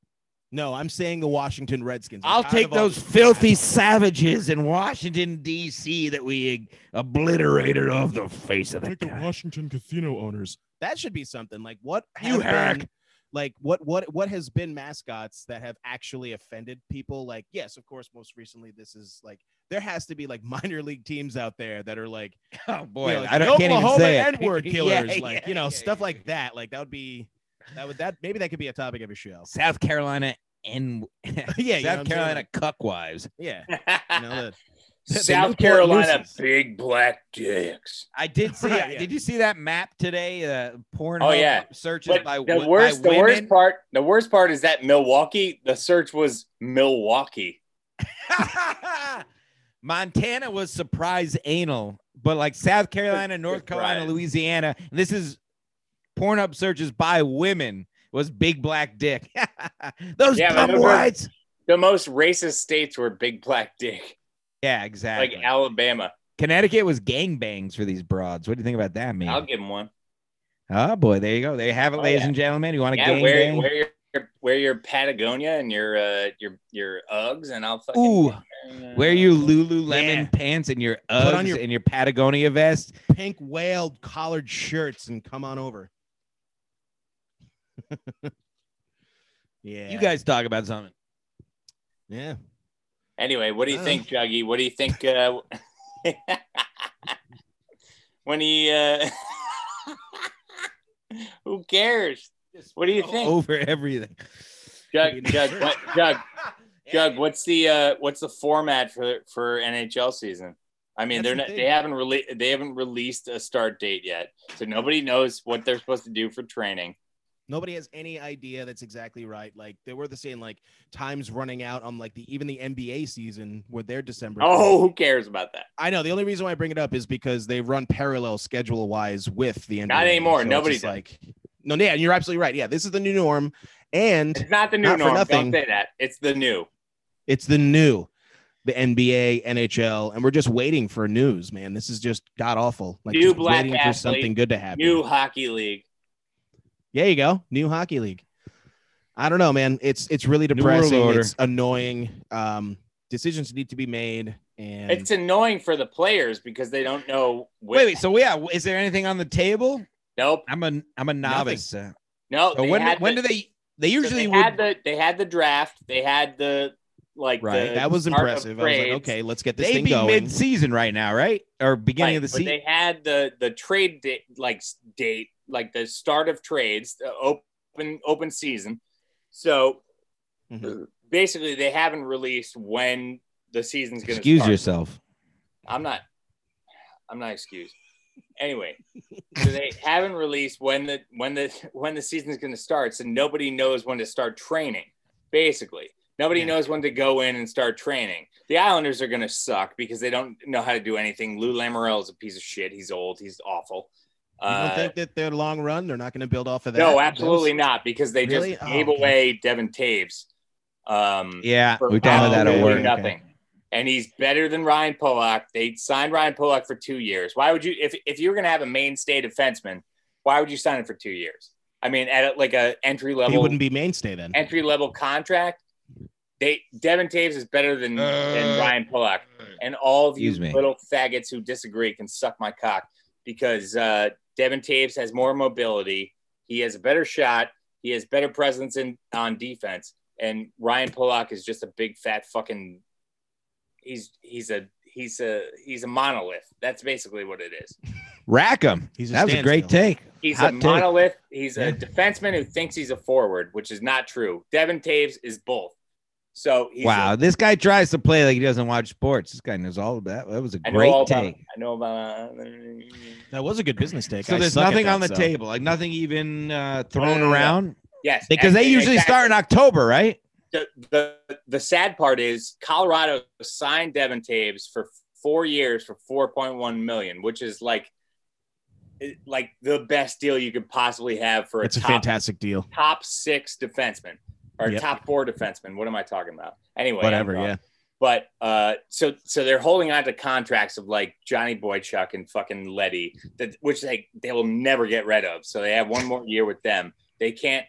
Speaker 2: No, I'm saying the Washington Redskins. I'm
Speaker 1: I'll
Speaker 2: tired
Speaker 1: take
Speaker 2: of all
Speaker 1: those
Speaker 2: this-
Speaker 1: filthy savages in Washington D.C. that we obliterated off the face of the.
Speaker 8: Take the
Speaker 1: earth.
Speaker 8: Washington casino owners.
Speaker 2: That should be something like what
Speaker 1: You
Speaker 2: have
Speaker 1: hack.
Speaker 2: been- like what what what has been mascots that have actually offended people? Like yes, of course. Most recently, this is like there has to be like minor league teams out there that are like
Speaker 1: Oh boy,
Speaker 2: you know, like,
Speaker 1: I
Speaker 2: the
Speaker 1: don't, can't even
Speaker 2: Oklahoma
Speaker 1: say it.
Speaker 2: N-word
Speaker 1: Yeah,
Speaker 2: killers, like
Speaker 1: yeah,
Speaker 2: you know
Speaker 1: yeah,
Speaker 2: stuff
Speaker 1: yeah.
Speaker 2: like that. Like that would be that would that maybe that could be a topic of a show.
Speaker 1: South Carolina and
Speaker 2: yeah, you know what I'm
Speaker 1: South
Speaker 2: saying?
Speaker 1: Carolina cuckwives.
Speaker 2: Yeah, you
Speaker 3: excuse.
Speaker 2: know, the- the
Speaker 3: South
Speaker 2: Newport
Speaker 3: Carolina
Speaker 2: Mooses.
Speaker 3: big black dicks.
Speaker 1: I did see.
Speaker 2: Right, yeah.
Speaker 1: Did you see that map today? Uh, porn.
Speaker 3: Oh, yeah.
Speaker 1: searches
Speaker 3: But
Speaker 1: by
Speaker 3: the
Speaker 1: wo-
Speaker 3: worst,
Speaker 1: by
Speaker 3: the worst
Speaker 1: women.
Speaker 3: part, the worst part is that Milwaukee. The search was Milwaukee.
Speaker 1: Montana was surprise anal, but like South Carolina, North Carolina,
Speaker 3: Surprise.
Speaker 1: Louisiana, and this is Pornhub searches by women was big black dick. Those
Speaker 3: Yeah, but
Speaker 1: dumb
Speaker 3: those are-
Speaker 1: whites.
Speaker 3: The most racist states were big black dick,
Speaker 1: Yeah,
Speaker 3: like
Speaker 1: exactly.
Speaker 3: Alabama.
Speaker 1: Connecticut was gangbangs for these broads. What do you think about that, man?
Speaker 3: I'll give him one.
Speaker 1: Oh boy, there you go. There you have it,
Speaker 3: Oh,
Speaker 1: ladies
Speaker 3: yeah.
Speaker 1: and gentlemen. You want to
Speaker 3: Yeah,
Speaker 1: gang
Speaker 3: wear,
Speaker 1: bang?
Speaker 3: wear your wear your Patagonia and your uh your your Uggs, and I'll fucking Uh,
Speaker 1: Ooh, wear your Lululemon
Speaker 2: Yeah.
Speaker 1: pants and your
Speaker 2: on
Speaker 1: Uggs
Speaker 2: your-
Speaker 1: and your Patagonia vest.
Speaker 2: pink whale collared shirts and come on over. yeah.
Speaker 1: You guys talk about something.
Speaker 2: Yeah.
Speaker 3: Anyway, what do you
Speaker 2: Uh.
Speaker 3: think, Juggy? What do you think? Uh, when he, uh, who cares? What do you think,
Speaker 1: Over everything.
Speaker 3: Jug? Jug, what, Jug, Jug? What's the uh, what's the format for for NHL season? I mean,
Speaker 2: That's
Speaker 3: they're
Speaker 2: the
Speaker 3: not,
Speaker 2: thing.
Speaker 3: they haven't really they haven't released a start date yet, so nobody knows what they're supposed to do for training.
Speaker 2: Nobody has any idea that's exactly right. Like they were the saying like times running out on like the even the NBA season where they're December.
Speaker 3: Oh, who cares about that?
Speaker 2: I know. The only reason why I bring it up is because they run parallel schedule wise with the NBA.
Speaker 3: anymore.
Speaker 2: it's
Speaker 3: Nobody
Speaker 2: just
Speaker 3: does.
Speaker 2: like no, yeah, you're absolutely right. Yeah, this is the new norm. And
Speaker 3: It's not the new
Speaker 2: Not for
Speaker 3: norm.
Speaker 2: nothing.
Speaker 3: Don't say that. It's the new.
Speaker 2: It's the new, the NBA, NHL, and we're just waiting for news, man. This is just god awful. Like
Speaker 3: New
Speaker 2: just
Speaker 3: black
Speaker 2: waiting for
Speaker 3: athlete,
Speaker 2: something good to happen.
Speaker 3: New hockey league.
Speaker 2: There you go, new hockey league. I don't know, man. It's it's really
Speaker 1: New world
Speaker 2: depressing.
Speaker 1: order.
Speaker 2: It's annoying. Um, decisions need to be made, and
Speaker 3: It's annoying for the players because they don't know. Which,
Speaker 1: Wait, wait. So yeah, is there anything on the table?
Speaker 3: nope,
Speaker 1: I'm a I'm a novice. Uh,
Speaker 3: no.
Speaker 1: so
Speaker 3: they
Speaker 1: when
Speaker 3: had
Speaker 1: when
Speaker 3: the-
Speaker 1: do they? They
Speaker 3: so
Speaker 1: usually
Speaker 3: they
Speaker 1: would.
Speaker 3: had the they had the draft. They had the like
Speaker 1: Right.
Speaker 3: the
Speaker 2: that was
Speaker 3: start of
Speaker 2: impressive. I was like,
Speaker 3: trades.
Speaker 2: okay, let's get this
Speaker 1: they
Speaker 2: thing
Speaker 1: be
Speaker 2: going.
Speaker 1: mid season right now, right? Or beginning
Speaker 3: Right,
Speaker 1: of the
Speaker 3: but
Speaker 1: season.
Speaker 3: They had the the trade date, like s- date, like the start of trades, the open open season. So
Speaker 1: Mm-hmm.
Speaker 2: Mhm.
Speaker 3: basically, they haven't released when the season's going to
Speaker 1: Excuse yourself.
Speaker 3: I'm not. I'm not excused. Anyway, so they haven't released when the when the when the season's going to start, so nobody knows when to start training. Basically, nobody
Speaker 2: Yeah.
Speaker 3: knows when to go in and start training. The Islanders are going to suck because they don't know how to do anything. Lou Lamoriello is a piece of shit. He's old. He's awful.
Speaker 2: you don't
Speaker 3: Uh,
Speaker 2: think that their long run, they're not going to build off of that?
Speaker 3: no, absolutely not, because they
Speaker 2: Really?
Speaker 3: just
Speaker 2: Oh,
Speaker 3: gave
Speaker 2: okay.
Speaker 3: away Devin Taves. Um,
Speaker 1: Yeah,
Speaker 3: for
Speaker 1: we've done that at
Speaker 3: absolutely
Speaker 1: work.
Speaker 3: Nothing. And he's better than Ryan Pollock. They signed Ryan Pollock for two years. Why would you, if, if you were going to have a mainstay defenseman, why would you sign him for two years? I mean, at like a entry
Speaker 2: He
Speaker 3: level
Speaker 2: wouldn't be mainstay then.
Speaker 3: entry level contract, They Devin Taves is better than, than
Speaker 8: Uh.
Speaker 3: Ryan Pollock, and all of you
Speaker 8: Excuse me.
Speaker 3: little faggots who disagree can suck my cock because uh, Devin Taves has more mobility. He has a better shot. He has better presence in on defense, and Ryan Pollock is just a big fat fucking. He's he's a he's a he's a monolith. That's basically what it is.
Speaker 8: Rackham.
Speaker 2: He's a
Speaker 8: That was a great
Speaker 2: standstill.
Speaker 8: take.
Speaker 3: He's
Speaker 8: Hot
Speaker 3: a
Speaker 8: take.
Speaker 3: monolith. He's
Speaker 8: Yeah.
Speaker 3: a defenseman who thinks he's a forward, which is not true. Devin Taves is both. So he's
Speaker 8: wow,
Speaker 3: a-
Speaker 8: this guy tries to play like he doesn't watch sports. This guy knows all of that. That was a
Speaker 3: I know
Speaker 8: great
Speaker 3: all about-
Speaker 8: take.
Speaker 3: I know about.
Speaker 2: That was a good business take.
Speaker 8: So
Speaker 2: I
Speaker 8: there's
Speaker 2: suck at
Speaker 8: nothing
Speaker 2: that,
Speaker 8: on the
Speaker 2: so.
Speaker 8: table, like nothing even uh,
Speaker 3: No, no,
Speaker 8: thrown
Speaker 3: no, no.
Speaker 8: around,
Speaker 3: Yes,
Speaker 8: because they usually start in October, right?
Speaker 3: the, the the sad part is Colorado signed Devin Taves for four years for four point one million, which is like it- like the best deal you could possibly have for a
Speaker 2: It's a
Speaker 3: top
Speaker 2: fantastic deal.
Speaker 3: top six defenseman or
Speaker 2: Yep.
Speaker 3: top four defenseman. What am I talking about? Anyway, I'm
Speaker 2: Whatever.
Speaker 3: wrong.
Speaker 2: Yeah.
Speaker 3: But uh, so so they're holding on to contracts of like Johnny Boychuk and fucking Letty, that which they they will never get rid of. So they have one more year with them. They can't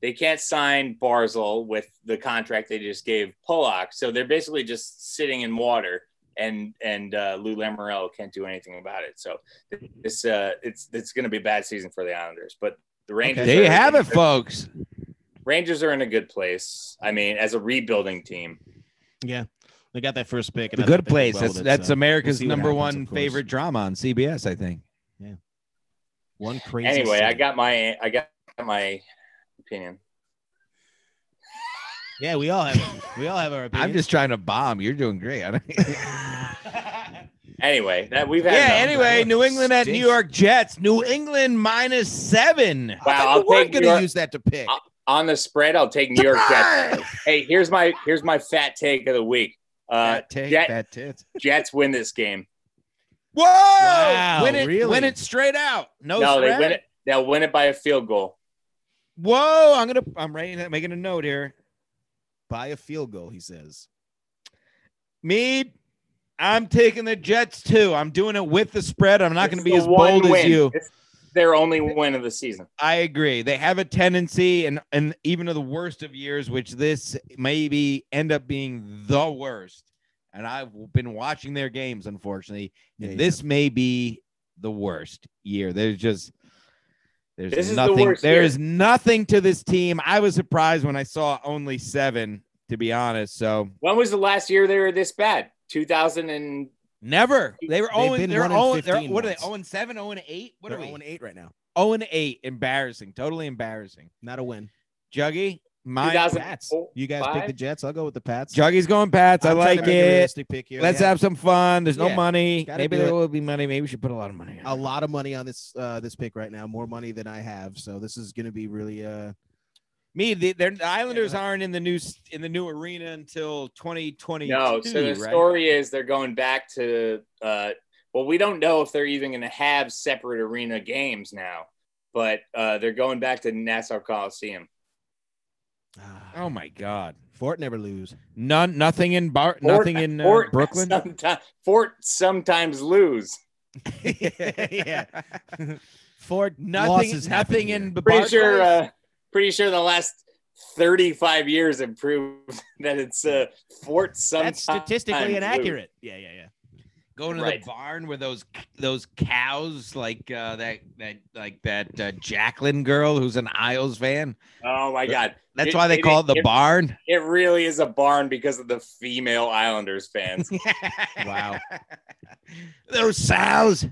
Speaker 3: they can't sign Barzil with the contract they just gave Pollock. So they're basically just sitting in water, and and uh, Lou Lamoriello can't do anything about it. So this uh, it's it's going to be a bad season for the Islanders. But the Rangers
Speaker 8: There you
Speaker 3: are-
Speaker 8: have it, folks.
Speaker 3: Rangers are in a good place. I mean, as a rebuilding team.
Speaker 2: They got that first pick. uh,
Speaker 8: The
Speaker 2: I think
Speaker 8: good
Speaker 2: they did
Speaker 8: place.
Speaker 2: well
Speaker 8: That's
Speaker 2: with it,
Speaker 8: that's
Speaker 2: so.
Speaker 8: America's
Speaker 2: see what
Speaker 8: number
Speaker 2: happens,
Speaker 8: one
Speaker 2: of course.
Speaker 8: favorite drama on CBS, I think.
Speaker 2: one crazy.
Speaker 3: anyway, I
Speaker 2: city.
Speaker 3: got my I got my opinion.
Speaker 2: Yeah, we all have. We all have our opinions.
Speaker 8: I'm just trying to bomb. You're doing great. I don't-
Speaker 3: Anyway, that we've had.
Speaker 8: yeah.
Speaker 3: enough.
Speaker 8: Anyway, New England at
Speaker 2: Stinks.
Speaker 8: New York Jets. New England minus seven.
Speaker 3: Wow,
Speaker 2: I
Speaker 3: I'll
Speaker 2: thought you weren't
Speaker 3: take Uh,
Speaker 2: going
Speaker 3: your-
Speaker 2: to use that to pick.
Speaker 3: I'll- on the spread, I'll take New York Jets. Hey, here's my here's my fat take of the week. Uh,
Speaker 8: Fat take,
Speaker 3: Jet-
Speaker 8: fat tits.
Speaker 3: Jets win this game.
Speaker 8: Whoa!
Speaker 2: Wow,
Speaker 8: win it,
Speaker 2: really?
Speaker 8: win it straight out. No,
Speaker 3: no, they
Speaker 8: spread.
Speaker 3: win it. They'll win it by a field goal.
Speaker 8: Whoa! I'm gonna. I'm writing. it- Making a note here.
Speaker 2: Buy a field goal, he says.
Speaker 8: Me, I'm taking the Jets too. I'm doing it with the spread. I'm not
Speaker 3: It's
Speaker 8: going to be
Speaker 3: the
Speaker 8: as
Speaker 3: one
Speaker 8: bold as
Speaker 3: win.
Speaker 8: you.
Speaker 3: It's their only win of the season.
Speaker 8: I agree. They have a tendency, and and even of the worst of years, which this maybe end up being the worst. And I've been watching their games, unfortunately.
Speaker 2: Yeah,
Speaker 8: this may be the worst year. There's just there's
Speaker 3: This is the
Speaker 8: nothing. There is
Speaker 3: worst year.
Speaker 8: nothing to this team. I was surprised when I saw only seven, to be honest. So
Speaker 3: When was the last year they were this bad? 2000 and
Speaker 8: Never. They were
Speaker 2: They've
Speaker 8: owing.
Speaker 2: been
Speaker 8: They're
Speaker 2: one in
Speaker 8: owing. They're,
Speaker 2: 15
Speaker 8: what are they?
Speaker 2: once.
Speaker 8: Owing seven. Owing eight. What
Speaker 2: They're
Speaker 8: are we?
Speaker 2: 0 and 8 right now.
Speaker 8: Owing eight. Embarrassing. Totally embarrassing.
Speaker 2: Not a win.
Speaker 8: Juggy. My
Speaker 3: 2000
Speaker 2: Pats. You guys pick
Speaker 3: Five?
Speaker 2: the Jets. I'll go with the Pats.
Speaker 8: Juggy's going Pats. I
Speaker 2: I'm trying to
Speaker 8: like
Speaker 2: make a
Speaker 8: it.
Speaker 2: realistic pick here.
Speaker 8: Let's
Speaker 2: Yeah.
Speaker 8: have some fun. There's no
Speaker 2: Yeah.
Speaker 8: money.
Speaker 2: Gotta
Speaker 8: Maybe
Speaker 2: do
Speaker 8: there
Speaker 2: it.
Speaker 8: will be money. Maybe we should put a lot of money.
Speaker 2: a
Speaker 8: on it.
Speaker 2: lot of money on this uh this pick right now, more money than I have. So this is going to be really uh
Speaker 8: Me, the, they're- the Islanders aren't in the new s- in the new arena until 2020.
Speaker 3: No, so the story is they're going back to uh well, we don't know if they're even gonna have separate arena games now, but uh they're going back to Nassau Coliseum.
Speaker 2: ah,
Speaker 8: Oh my God.
Speaker 2: Fort never lose.
Speaker 8: None. Nothing in bar.
Speaker 3: Fort-
Speaker 8: nothing in uh,
Speaker 3: Fort
Speaker 8: Brooklyn.
Speaker 3: someti- Fort sometimes lose.
Speaker 2: yeah. Fort
Speaker 8: Nothing.
Speaker 2: losses happen
Speaker 8: Nothing
Speaker 2: here.
Speaker 8: in.
Speaker 3: Pretty sure
Speaker 8: Barclays?
Speaker 3: uh pretty sure the last 35 years have proved that it's uh Fort sometimes
Speaker 2: That's statistically
Speaker 3: lose.
Speaker 2: inaccurate. Yeah, yeah, yeah.
Speaker 8: going to
Speaker 3: Right.
Speaker 8: the barn where those those cows like uh that that like that uh, Jacqueline girl who's an Isles fan.
Speaker 3: Oh my god.
Speaker 8: That's
Speaker 3: It-
Speaker 8: why they
Speaker 3: it-
Speaker 8: call it the
Speaker 3: it-
Speaker 8: barn.
Speaker 3: It really is a barn because of the female Islanders fans.
Speaker 8: wow. Those sows.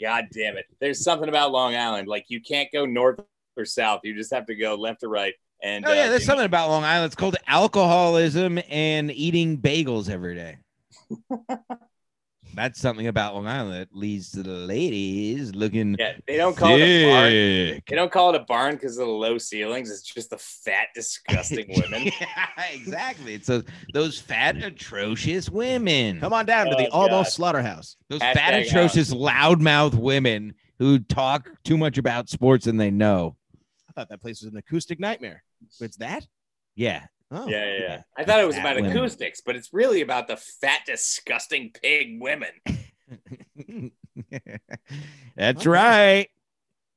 Speaker 3: God damn it. There's something about Long Island. Like you can't go north or south. You just have to go left or right. And
Speaker 8: Oh
Speaker 3: uh,
Speaker 8: yeah,
Speaker 3: you
Speaker 8: there's
Speaker 3: know,
Speaker 8: something about Long Island. It's called alcoholism and eating bagels every day. That's something about Long Island that leads to the ladies looking
Speaker 3: Yeah, they don't call it a barn.
Speaker 8: thick.
Speaker 3: They don't call it a barn because of the low ceilings. It's just the fat, disgusting women.
Speaker 8: yeah, exactly. It's those, those fat, atrocious women.
Speaker 2: Come on down to
Speaker 3: Oh,
Speaker 2: the
Speaker 3: God.
Speaker 2: almost slaughterhouse.
Speaker 8: Those
Speaker 3: Hashtag
Speaker 8: fat,
Speaker 3: out.
Speaker 8: atrocious, loudmouth women who talk too much about sports and they know.
Speaker 2: I thought that place was an acoustic nightmare. It's that?
Speaker 8: Yeah.
Speaker 2: Oh.
Speaker 3: Yeah, yeah, yeah. I thought it was
Speaker 8: Fat
Speaker 3: about
Speaker 8: women.
Speaker 3: acoustics, but it's really about the fat, disgusting pig women.
Speaker 8: That's
Speaker 2: Okay.
Speaker 8: right.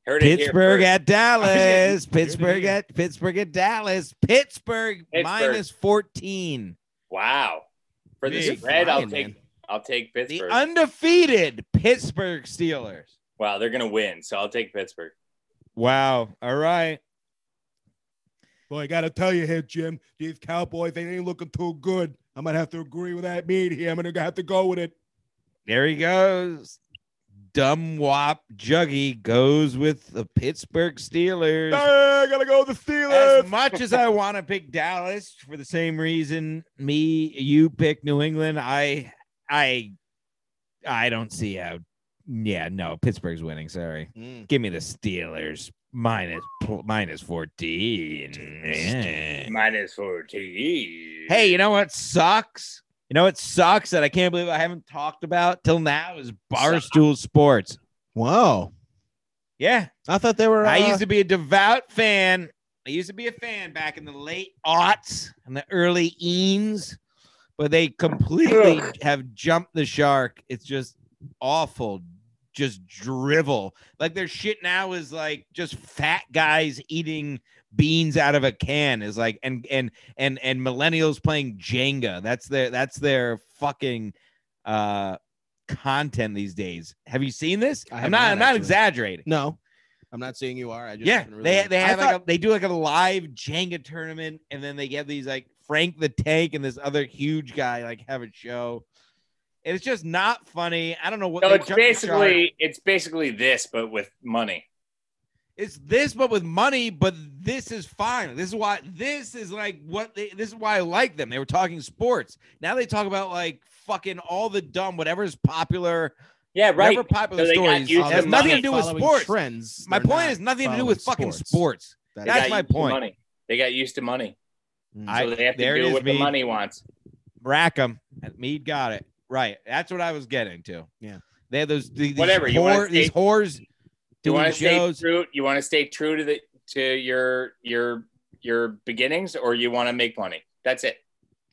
Speaker 3: Heard it here
Speaker 8: Pittsburgh
Speaker 3: first.
Speaker 8: at Dallas.
Speaker 2: Here it
Speaker 8: Pittsburgh
Speaker 2: is.
Speaker 8: at Pittsburgh at Dallas. Pittsburgh,
Speaker 3: Pittsburgh.
Speaker 8: minus 14.
Speaker 3: Wow. For the
Speaker 8: Big
Speaker 3: spread, I'll
Speaker 2: line,
Speaker 3: take
Speaker 2: man.
Speaker 3: I'll take
Speaker 8: The
Speaker 3: Pittsburgh.
Speaker 8: undefeated Pittsburgh Steelers.
Speaker 3: wow, they're gonna win, so I'll take Pittsburgh.
Speaker 8: Wow. All right.
Speaker 9: Boy, I gotta tell you here, Jim, these Cowboys they ain't looking too good. I'm gonna have to agree with that meat here. I'm gonna have to go with it.
Speaker 8: There he goes. Dumb wop juggy goes with the Pittsburgh Steelers.
Speaker 9: I gotta go with the
Speaker 8: as much as I want to pick Dallas for the same reason me you pick New England, I I I don't see how. Yeah, no, Pittsburgh's winning. Sorry,
Speaker 2: Mm.
Speaker 8: give me the Steelers minus pl- minus fourteen. Yeah.
Speaker 3: Minus 14.
Speaker 8: Hey, you know what sucks? You know what sucks that I can't believe I haven't talked about till now is Barstool Sports.
Speaker 2: Wow.
Speaker 8: Yeah,
Speaker 2: I thought they were. Uh,
Speaker 8: I used to be a devout fan. I used to be a fan back in the late aughts and the early eens, but they completely have jumped the shark. It's just awful, just drivel. Like their shit now is like just fat guys eating beans out of a can is like and and and and millennials playing Jenga. That's their that's their fucking uh content these days. Have you seen this?
Speaker 2: I
Speaker 8: I'm
Speaker 2: have
Speaker 8: not,
Speaker 2: not,
Speaker 8: I'm not
Speaker 2: actually.
Speaker 8: exaggerating.
Speaker 2: no. I'm not saying you are. I just
Speaker 8: Yeah,
Speaker 2: haven't really-
Speaker 8: they, they
Speaker 2: I
Speaker 8: have
Speaker 2: thought-
Speaker 8: like a, they do like a live Jenga tournament, and then they get these like Frank the Tank and this other huge guy like have a show. And it's just not funny. I don't know what.
Speaker 3: So
Speaker 8: they
Speaker 3: it's
Speaker 8: jumped the shark.
Speaker 3: basically it's basically this, but with money.
Speaker 8: it's this, but with money. But this is fine. This is why this is like what they, this is why I like them. They were talking sports. Now they talk about like fucking all the dumb whatever's popular,
Speaker 3: Yeah, right.
Speaker 8: whatever popular
Speaker 3: So they got
Speaker 8: stories.
Speaker 3: used
Speaker 8: It
Speaker 2: Oh,
Speaker 3: to
Speaker 8: has
Speaker 2: they're
Speaker 8: nothing
Speaker 3: money.
Speaker 8: to do with
Speaker 2: following
Speaker 8: sports.
Speaker 2: Trends.
Speaker 8: My
Speaker 2: They're
Speaker 8: point
Speaker 2: not
Speaker 8: is nothing to do
Speaker 2: following
Speaker 8: with fucking sports.
Speaker 2: That
Speaker 3: They
Speaker 2: is-
Speaker 8: That's
Speaker 3: got
Speaker 8: my
Speaker 3: used to
Speaker 8: point.
Speaker 3: Money. They got used to money.
Speaker 8: I-
Speaker 3: So they have
Speaker 8: there
Speaker 3: to
Speaker 8: it
Speaker 3: do
Speaker 8: is,
Speaker 3: what
Speaker 8: me.
Speaker 3: the money wants.
Speaker 8: Rackham. Mead got it. Right. That's what I was getting to.
Speaker 2: Yeah.
Speaker 8: They have those these,
Speaker 3: Whatever,
Speaker 8: These,
Speaker 3: you wanna
Speaker 8: whore- these
Speaker 3: stay-
Speaker 8: whores
Speaker 3: You
Speaker 8: doing
Speaker 3: want to stay
Speaker 8: shows.
Speaker 3: true. You want to stay true to the to your your your beginnings, or you want to make money. That's it.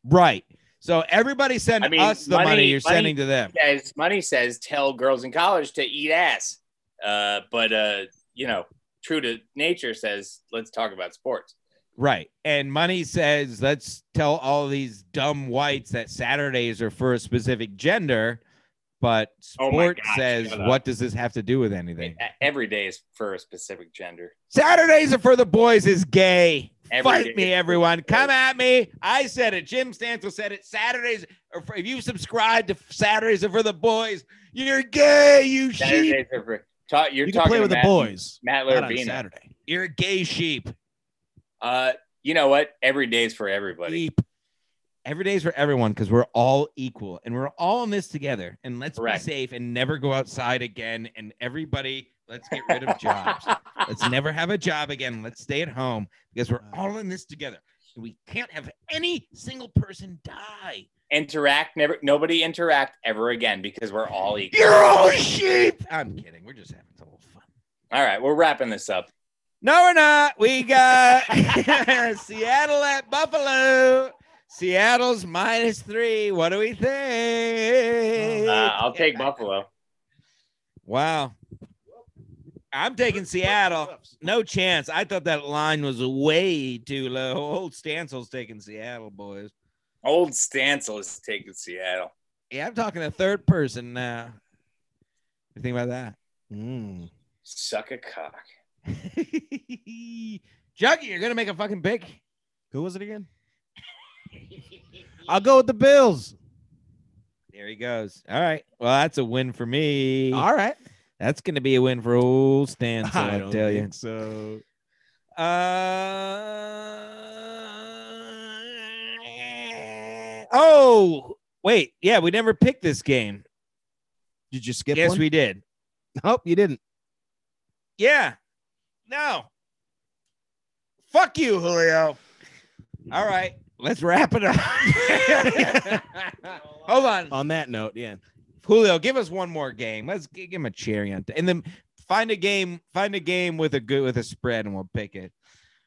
Speaker 8: Right. So everybody send
Speaker 3: I mean,
Speaker 8: us the money,
Speaker 3: money-
Speaker 8: you're
Speaker 3: money-
Speaker 8: sending to them.
Speaker 3: As money says, tell girls in college to eat ass. Uh, but uh, you know, true to nature says, let's talk about sports.
Speaker 8: Right. And money says, let's tell all these dumb whites that Saturdays are for a specific gender. But
Speaker 3: Oh my
Speaker 8: sport
Speaker 3: God,
Speaker 8: says,
Speaker 3: shut up.
Speaker 8: what does this have to do with anything?
Speaker 3: E, Every day is for a specific gender.
Speaker 8: Saturdays are for the boys is gay.
Speaker 3: Every
Speaker 8: Fight
Speaker 3: day.
Speaker 8: me, everyone. Come at me. I said it. Jim Stancil said it. Saturdays are for, if you subscribe to Saturdays are for the boys, you're gay, you sheep.
Speaker 3: Saturdays are for. Talk, you're
Speaker 2: You can
Speaker 3: talking
Speaker 2: play
Speaker 3: to
Speaker 2: with the
Speaker 3: Matt,
Speaker 2: boys.
Speaker 3: Matt
Speaker 2: Not on
Speaker 3: Larabina.
Speaker 2: Saturday.
Speaker 8: You're a gay sheep.
Speaker 3: Uh, you know what? Every day's for everybody.
Speaker 8: Sheep. Every day's for everyone because we're all equal and we're all in this together. And let's
Speaker 3: Correct.
Speaker 8: be safe and never go outside again. And everybody, let's get rid of jobs. Let's never have a job again. Let's stay at home because we're all in this together. And we can't have any single person die.
Speaker 3: interact. Never. Nobody interact ever again because we're all equal.
Speaker 8: You're all sheep. I'm kidding. We're just having a little fun.
Speaker 3: All right, we're wrapping this up.
Speaker 8: No, we're not. Uh, We got Seattle at Buffalo. Seattle's minus three. What do we think?
Speaker 3: Uh, I'll take Buffalo.
Speaker 8: Wow. I'm taking Seattle. No chance. I thought that line was way too low. Old Stansel's taking Seattle, boys.
Speaker 3: Old Stancil is taking Seattle.
Speaker 8: Yeah, I'm talking a third person now. What do you think about that?
Speaker 2: Mm.
Speaker 3: Suck a cock.
Speaker 8: Juggy, you're gonna make a fucking pick.
Speaker 2: Who was it again? I'll go with the Bills.
Speaker 8: There he goes. All right. Well, that's a win for me.
Speaker 2: All right.
Speaker 8: That's gonna be a win for old Stan. So
Speaker 2: I
Speaker 8: I,
Speaker 2: don't
Speaker 8: tell you.
Speaker 2: think so.
Speaker 8: Uh... Oh, wait. Yeah, we never picked this game.
Speaker 2: Did you skip
Speaker 8: yes,
Speaker 2: one?
Speaker 8: we did.
Speaker 2: Nope, you didn't.
Speaker 8: Yeah. No. Fuck you, Julio. All right. Let's wrap it up. Hold on.
Speaker 2: On that note, yeah.
Speaker 8: Julio, give us one more game. Let's gi- give him a cherry on, t- and then find a game. Find a game with a good with a spread, and we'll pick it.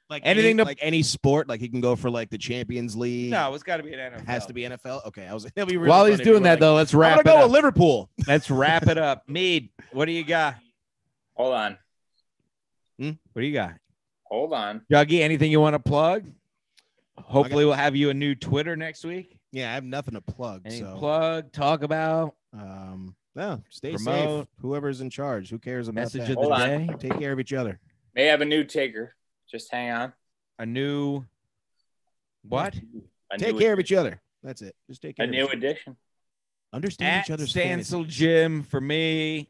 Speaker 2: Like
Speaker 8: Anything to-
Speaker 2: any, like any sport, like he can go for like the Champions League.
Speaker 8: No, it's got to be an NFL.
Speaker 2: it has to be NFL. Okay, I was. That'd be really
Speaker 8: While he's
Speaker 2: funny if you
Speaker 8: doing
Speaker 2: were
Speaker 8: that
Speaker 2: like,
Speaker 8: though, let's wrap
Speaker 2: I'm
Speaker 8: it
Speaker 2: gonna go with
Speaker 8: up.
Speaker 2: Liverpool.
Speaker 8: Let's wrap it up. Mead, what do you got?
Speaker 3: Hold on.
Speaker 8: What do you got?
Speaker 3: Hold on.
Speaker 8: Juggy, anything you want to plug? Hopefully, we'll have you a new Twitter next week.
Speaker 2: Yeah, I have nothing to plug.
Speaker 8: Any
Speaker 2: so,
Speaker 8: plug, talk about,
Speaker 2: um, no, stay safe.
Speaker 8: Promote.
Speaker 2: Whoever's in charge, who cares about
Speaker 8: message
Speaker 2: that?
Speaker 8: of
Speaker 3: Hold
Speaker 8: the
Speaker 3: on.
Speaker 8: day,
Speaker 2: Take care of each other.
Speaker 3: May have a new taker. Just hang on.
Speaker 8: a new what?
Speaker 3: A
Speaker 2: Take
Speaker 3: new
Speaker 2: care
Speaker 3: addition.
Speaker 2: of each other. That's it. Just take care.
Speaker 3: A
Speaker 2: of
Speaker 3: new
Speaker 2: each other.
Speaker 3: addition.
Speaker 2: Understand
Speaker 8: At
Speaker 2: each other's fans.
Speaker 8: Stancil Gym for me.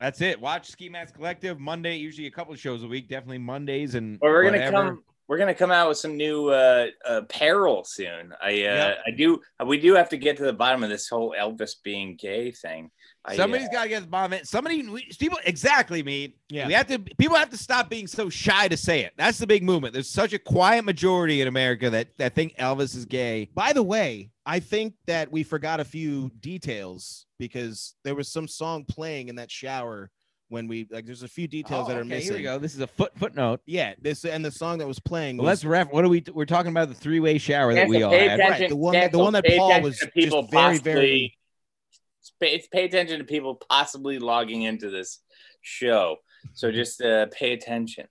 Speaker 8: That's it. Watch Ski Mask Collective Monday. Usually a couple of shows a week. Definitely Mondays and
Speaker 3: Well, we're gonna
Speaker 8: whatever.
Speaker 3: come. We're gonna come out with some new uh, apparel soon. I uh,
Speaker 8: Yep.
Speaker 3: I do. We do have to get to the bottom of this whole Elvis being gay thing. I,
Speaker 8: Somebody's
Speaker 3: uh,
Speaker 8: got to get the bomb in. Somebody, we, people, exactly, me.
Speaker 2: Yeah.
Speaker 8: We have to. People have to stop being so shy to say it. That's the big movement. There's such a quiet majority in America that that think Elvis is gay.
Speaker 2: By the way, I think that we forgot a few details because there was some song playing in that shower when we like. There's a few details that are missing.
Speaker 8: Oh, Here we go. This is a foot footnote.
Speaker 2: Yeah, this and the song that was playing.
Speaker 8: Well, let's
Speaker 2: was-
Speaker 8: ref. What are we? We're talking about the three way
Speaker 3: uh,
Speaker 8: shower that
Speaker 1: That's
Speaker 8: we
Speaker 1: a
Speaker 8: all
Speaker 1: big
Speaker 8: had.
Speaker 1: that-
Speaker 2: right. The one, that, the one that
Speaker 3: pay
Speaker 2: Paul
Speaker 3: attention
Speaker 2: was
Speaker 3: to people
Speaker 2: just very,
Speaker 3: possibly,
Speaker 2: very.
Speaker 3: Pay, pay attention to people possibly logging into this show. So just uh, pay attention.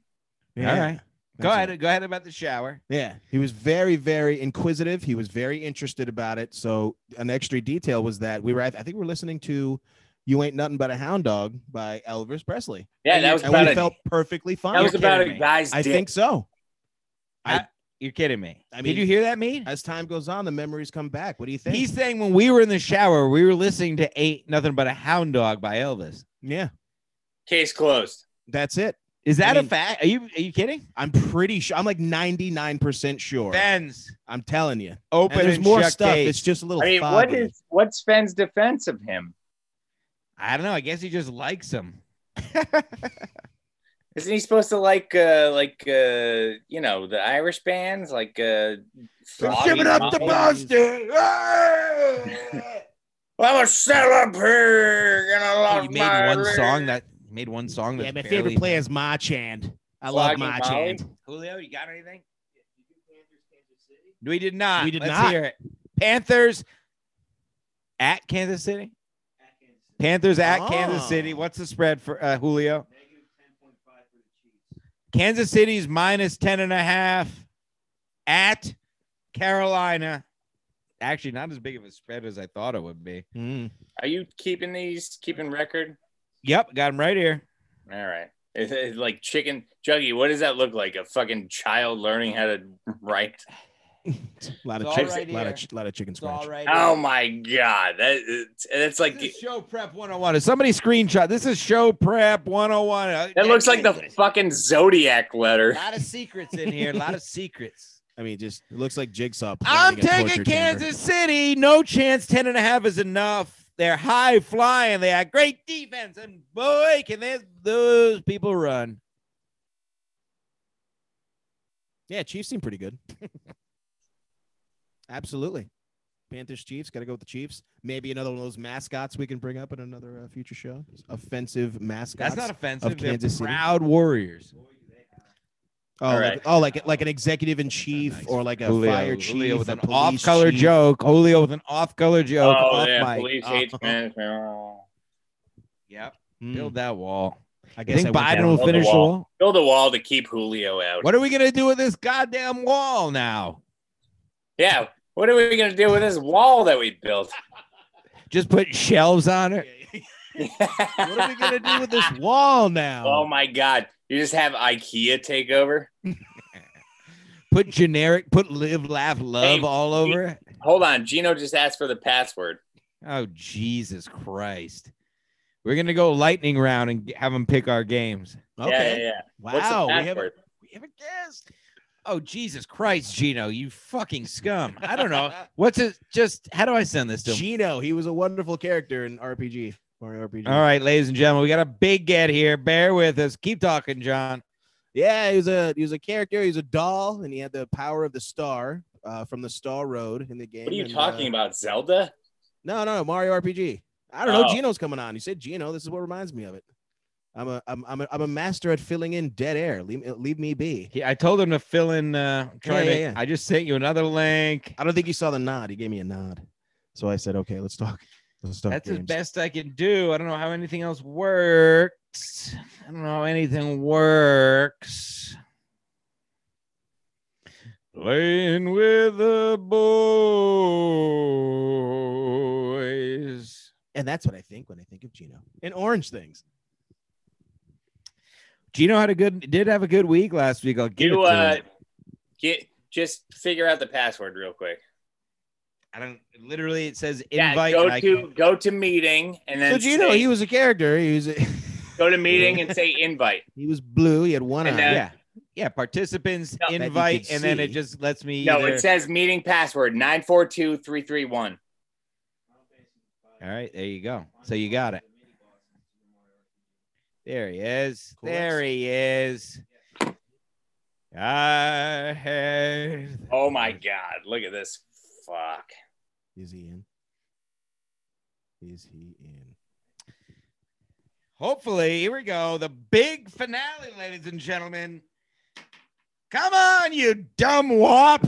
Speaker 8: All right. Go
Speaker 2: That's
Speaker 8: ahead.
Speaker 2: it.
Speaker 8: Go ahead about the shower.
Speaker 2: Yeah, he was very, very inquisitive. He was very interested about it. So an extra detail was that we were, I think, we were listening to "You Ain't Nothing But a Hound Dog" by Elvis Presley,
Speaker 3: Yeah, that was
Speaker 2: and
Speaker 3: about
Speaker 2: we
Speaker 3: a,
Speaker 2: felt perfectly fine.
Speaker 3: that was
Speaker 8: You're
Speaker 3: about a
Speaker 8: kidding me.
Speaker 3: guy's
Speaker 2: I
Speaker 3: dick.
Speaker 2: think so.
Speaker 8: You're kidding me.
Speaker 2: I mean-
Speaker 8: Did you hear that, me?
Speaker 2: As time goes on, the memories come back. What do you think?
Speaker 8: He's saying when we were in the shower, we were listening to "Ain't Nothing But a Hound Dog" by Elvis.
Speaker 2: yeah,
Speaker 3: Case closed.
Speaker 2: that's it.
Speaker 8: Is that
Speaker 2: mean-
Speaker 8: a fact? Are you are you kidding?
Speaker 2: I'm pretty sure. I'm like 99% sure.
Speaker 8: Fans,
Speaker 2: I'm telling you.
Speaker 8: open.
Speaker 2: And there's
Speaker 8: and
Speaker 2: more
Speaker 8: shut
Speaker 2: stuff.
Speaker 8: case.
Speaker 2: It's just a little.
Speaker 3: I mean,
Speaker 2: foggy.
Speaker 3: what is what's Fenn's defense of him?
Speaker 8: I don't know. I guess he just likes him.
Speaker 3: Isn't he supposed to like uh like uh you know the Irish bands like uh Flogging Molly? I'm a celeb pig and I love
Speaker 8: He made
Speaker 3: my
Speaker 8: one
Speaker 3: ring.
Speaker 8: song that he made one song. That's
Speaker 2: Yeah, my
Speaker 8: barely-
Speaker 2: favorite player is Marchand. I
Speaker 3: love
Speaker 2: love
Speaker 3: Flogging Molly.
Speaker 2: Marchand.
Speaker 8: Julio, you got anything? We did not.
Speaker 2: We did
Speaker 8: Let's
Speaker 2: not.
Speaker 8: hear it. Panthers at Kansas City. Panthers at Kansas
Speaker 2: Oh.
Speaker 8: City. What's the spread for uh, Julio? Kansas City's minus 10 and a half at Carolina. Actually, not as big of a spread as I thought it would be.
Speaker 3: Are you keeping these? Keeping record?
Speaker 8: Yep, got him right here.
Speaker 3: All right. It's, it's like chicken juggy. What does that look like? A fucking child learning how to write?
Speaker 2: A Mm. lot of,
Speaker 8: It's
Speaker 2: chicken,
Speaker 8: all right
Speaker 2: lot,
Speaker 8: here.
Speaker 2: of, lot of chicken scratch.
Speaker 8: right.
Speaker 3: Oh my god! That it's, it's like
Speaker 8: This is show prep 101. If somebody screenshot, this is show prep 101. Uh,
Speaker 3: that looks like the
Speaker 8: A
Speaker 3: fucking zodiac letter.
Speaker 8: lot of secrets in here. A lot of secrets.
Speaker 2: I mean, just it looks like jigsaw.
Speaker 8: I'm
Speaker 2: planning a
Speaker 8: taking
Speaker 2: torture chamber.
Speaker 8: Kansas City. No chance. Ten and a half is enough. They're high flying. They got great defense, and boy, can they, those people run.
Speaker 2: Yeah, Chiefs seem pretty good. Absolutely. Panthers, Chiefs, got to go with the Chiefs. Maybe another one of those mascots we can bring up in another uh, future show. Offensive mascots.
Speaker 8: That's not offensive.
Speaker 2: of
Speaker 8: They're
Speaker 2: Kansas City.
Speaker 8: proud warriors.
Speaker 2: oh,
Speaker 3: Alright.
Speaker 2: like, oh, like like an executive in chief
Speaker 8: Nice.
Speaker 2: or like a
Speaker 8: Julio,
Speaker 2: fire chief
Speaker 8: Julio with
Speaker 2: a
Speaker 8: an
Speaker 2: police
Speaker 8: off-color
Speaker 2: chief.
Speaker 8: joke. Julio with an off-color joke.
Speaker 3: oh
Speaker 8: off
Speaker 3: yeah,
Speaker 8: mic.
Speaker 3: police
Speaker 8: Oh.
Speaker 3: hates management.
Speaker 8: Yep.
Speaker 2: Mm,
Speaker 8: Build that wall.
Speaker 2: I
Speaker 8: You
Speaker 2: guess I
Speaker 8: think
Speaker 2: went
Speaker 8: Biden
Speaker 2: down
Speaker 8: will
Speaker 3: the
Speaker 2: low.
Speaker 8: finish the
Speaker 3: wall.
Speaker 8: wall?
Speaker 3: Build a wall to keep Julio out.
Speaker 8: What are we gonna do with this goddamn wall now?
Speaker 3: Yeah. What are we gonna do with this wall that we built?
Speaker 8: Just put shelves on it.
Speaker 2: What are we gonna do with this wall now?
Speaker 3: Oh my god! You just have IKEA take over.
Speaker 8: Put generic. Put live, laugh, love
Speaker 3: Hey,
Speaker 8: all over it.
Speaker 3: Hold on, Gino just asked for the password.
Speaker 8: Oh Jesus Christ! We're gonna go lightning round and g- have them pick our games.
Speaker 3: Yeah,
Speaker 2: okay.
Speaker 3: yeah, yeah. What's
Speaker 2: Wow.
Speaker 3: the
Speaker 2: We have,
Speaker 3: password?
Speaker 8: We have a guest. Oh Jesus Christ, Gino, you fucking scum! I don't know what's it. Just how do I send this to him?
Speaker 2: Gino, he was a wonderful character in RPG. Mario RPG.
Speaker 8: All right, ladies and gentlemen, we got a big get here. Bear with us. Keep talking, John.
Speaker 2: Yeah, he was a he was a character. He was a doll, and he had the power of the star uh, from the Star Road in the game.
Speaker 3: What are you
Speaker 2: and,
Speaker 3: talking
Speaker 2: uh,
Speaker 3: about, Zelda?
Speaker 2: No, no, no, Mario RPG. I don't know.
Speaker 3: Oh.
Speaker 2: Gino's coming on. You said Gino. This is what reminds me of it. I'm a I'm I'm a, I'm a master at filling in dead air. Leave leave me be.
Speaker 8: He, I told him to fill in. Uh, trying
Speaker 2: yeah,
Speaker 8: to,
Speaker 2: yeah.
Speaker 8: I just sent you another link.
Speaker 2: I don't think you saw the nod. He gave me a nod, so I said, okay, let's talk. Let's talk.
Speaker 8: That's as
Speaker 2: games."
Speaker 8: best I can do. I don't know how anything else worked. I don't know how anything works. Playing with the boys.
Speaker 2: And that's what I think when I think of Gino. And orange things.
Speaker 8: Gino had a good did have a good week last week. I'll give
Speaker 3: You
Speaker 8: it to
Speaker 3: uh,
Speaker 8: him.
Speaker 3: get just figure out the password real quick.
Speaker 8: I don't literally it says
Speaker 3: Yeah,
Speaker 8: invite. and
Speaker 3: go
Speaker 8: I
Speaker 3: to go to meeting and then
Speaker 2: So Gino,
Speaker 3: say-
Speaker 2: he was a character. He was
Speaker 3: go to meeting and say invite.
Speaker 2: he was blue. He had one
Speaker 3: And
Speaker 2: eye.
Speaker 3: then-
Speaker 8: yeah. Yeah, participants
Speaker 3: uh, No.
Speaker 2: That you
Speaker 8: invite,
Speaker 2: could
Speaker 8: and then it
Speaker 2: see.
Speaker 8: just lets me.
Speaker 3: No,
Speaker 8: either-
Speaker 3: it says meeting password nine four two three three one.
Speaker 8: All right, there you go. So you got it. There he is.
Speaker 2: Cool.
Speaker 8: There he is. I had-
Speaker 3: Oh my god, look at this. Fuck.
Speaker 2: Is he in? Is he in?
Speaker 8: Hopefully, here we go. The big finale, ladies and gentlemen. Come on, you dumb wop.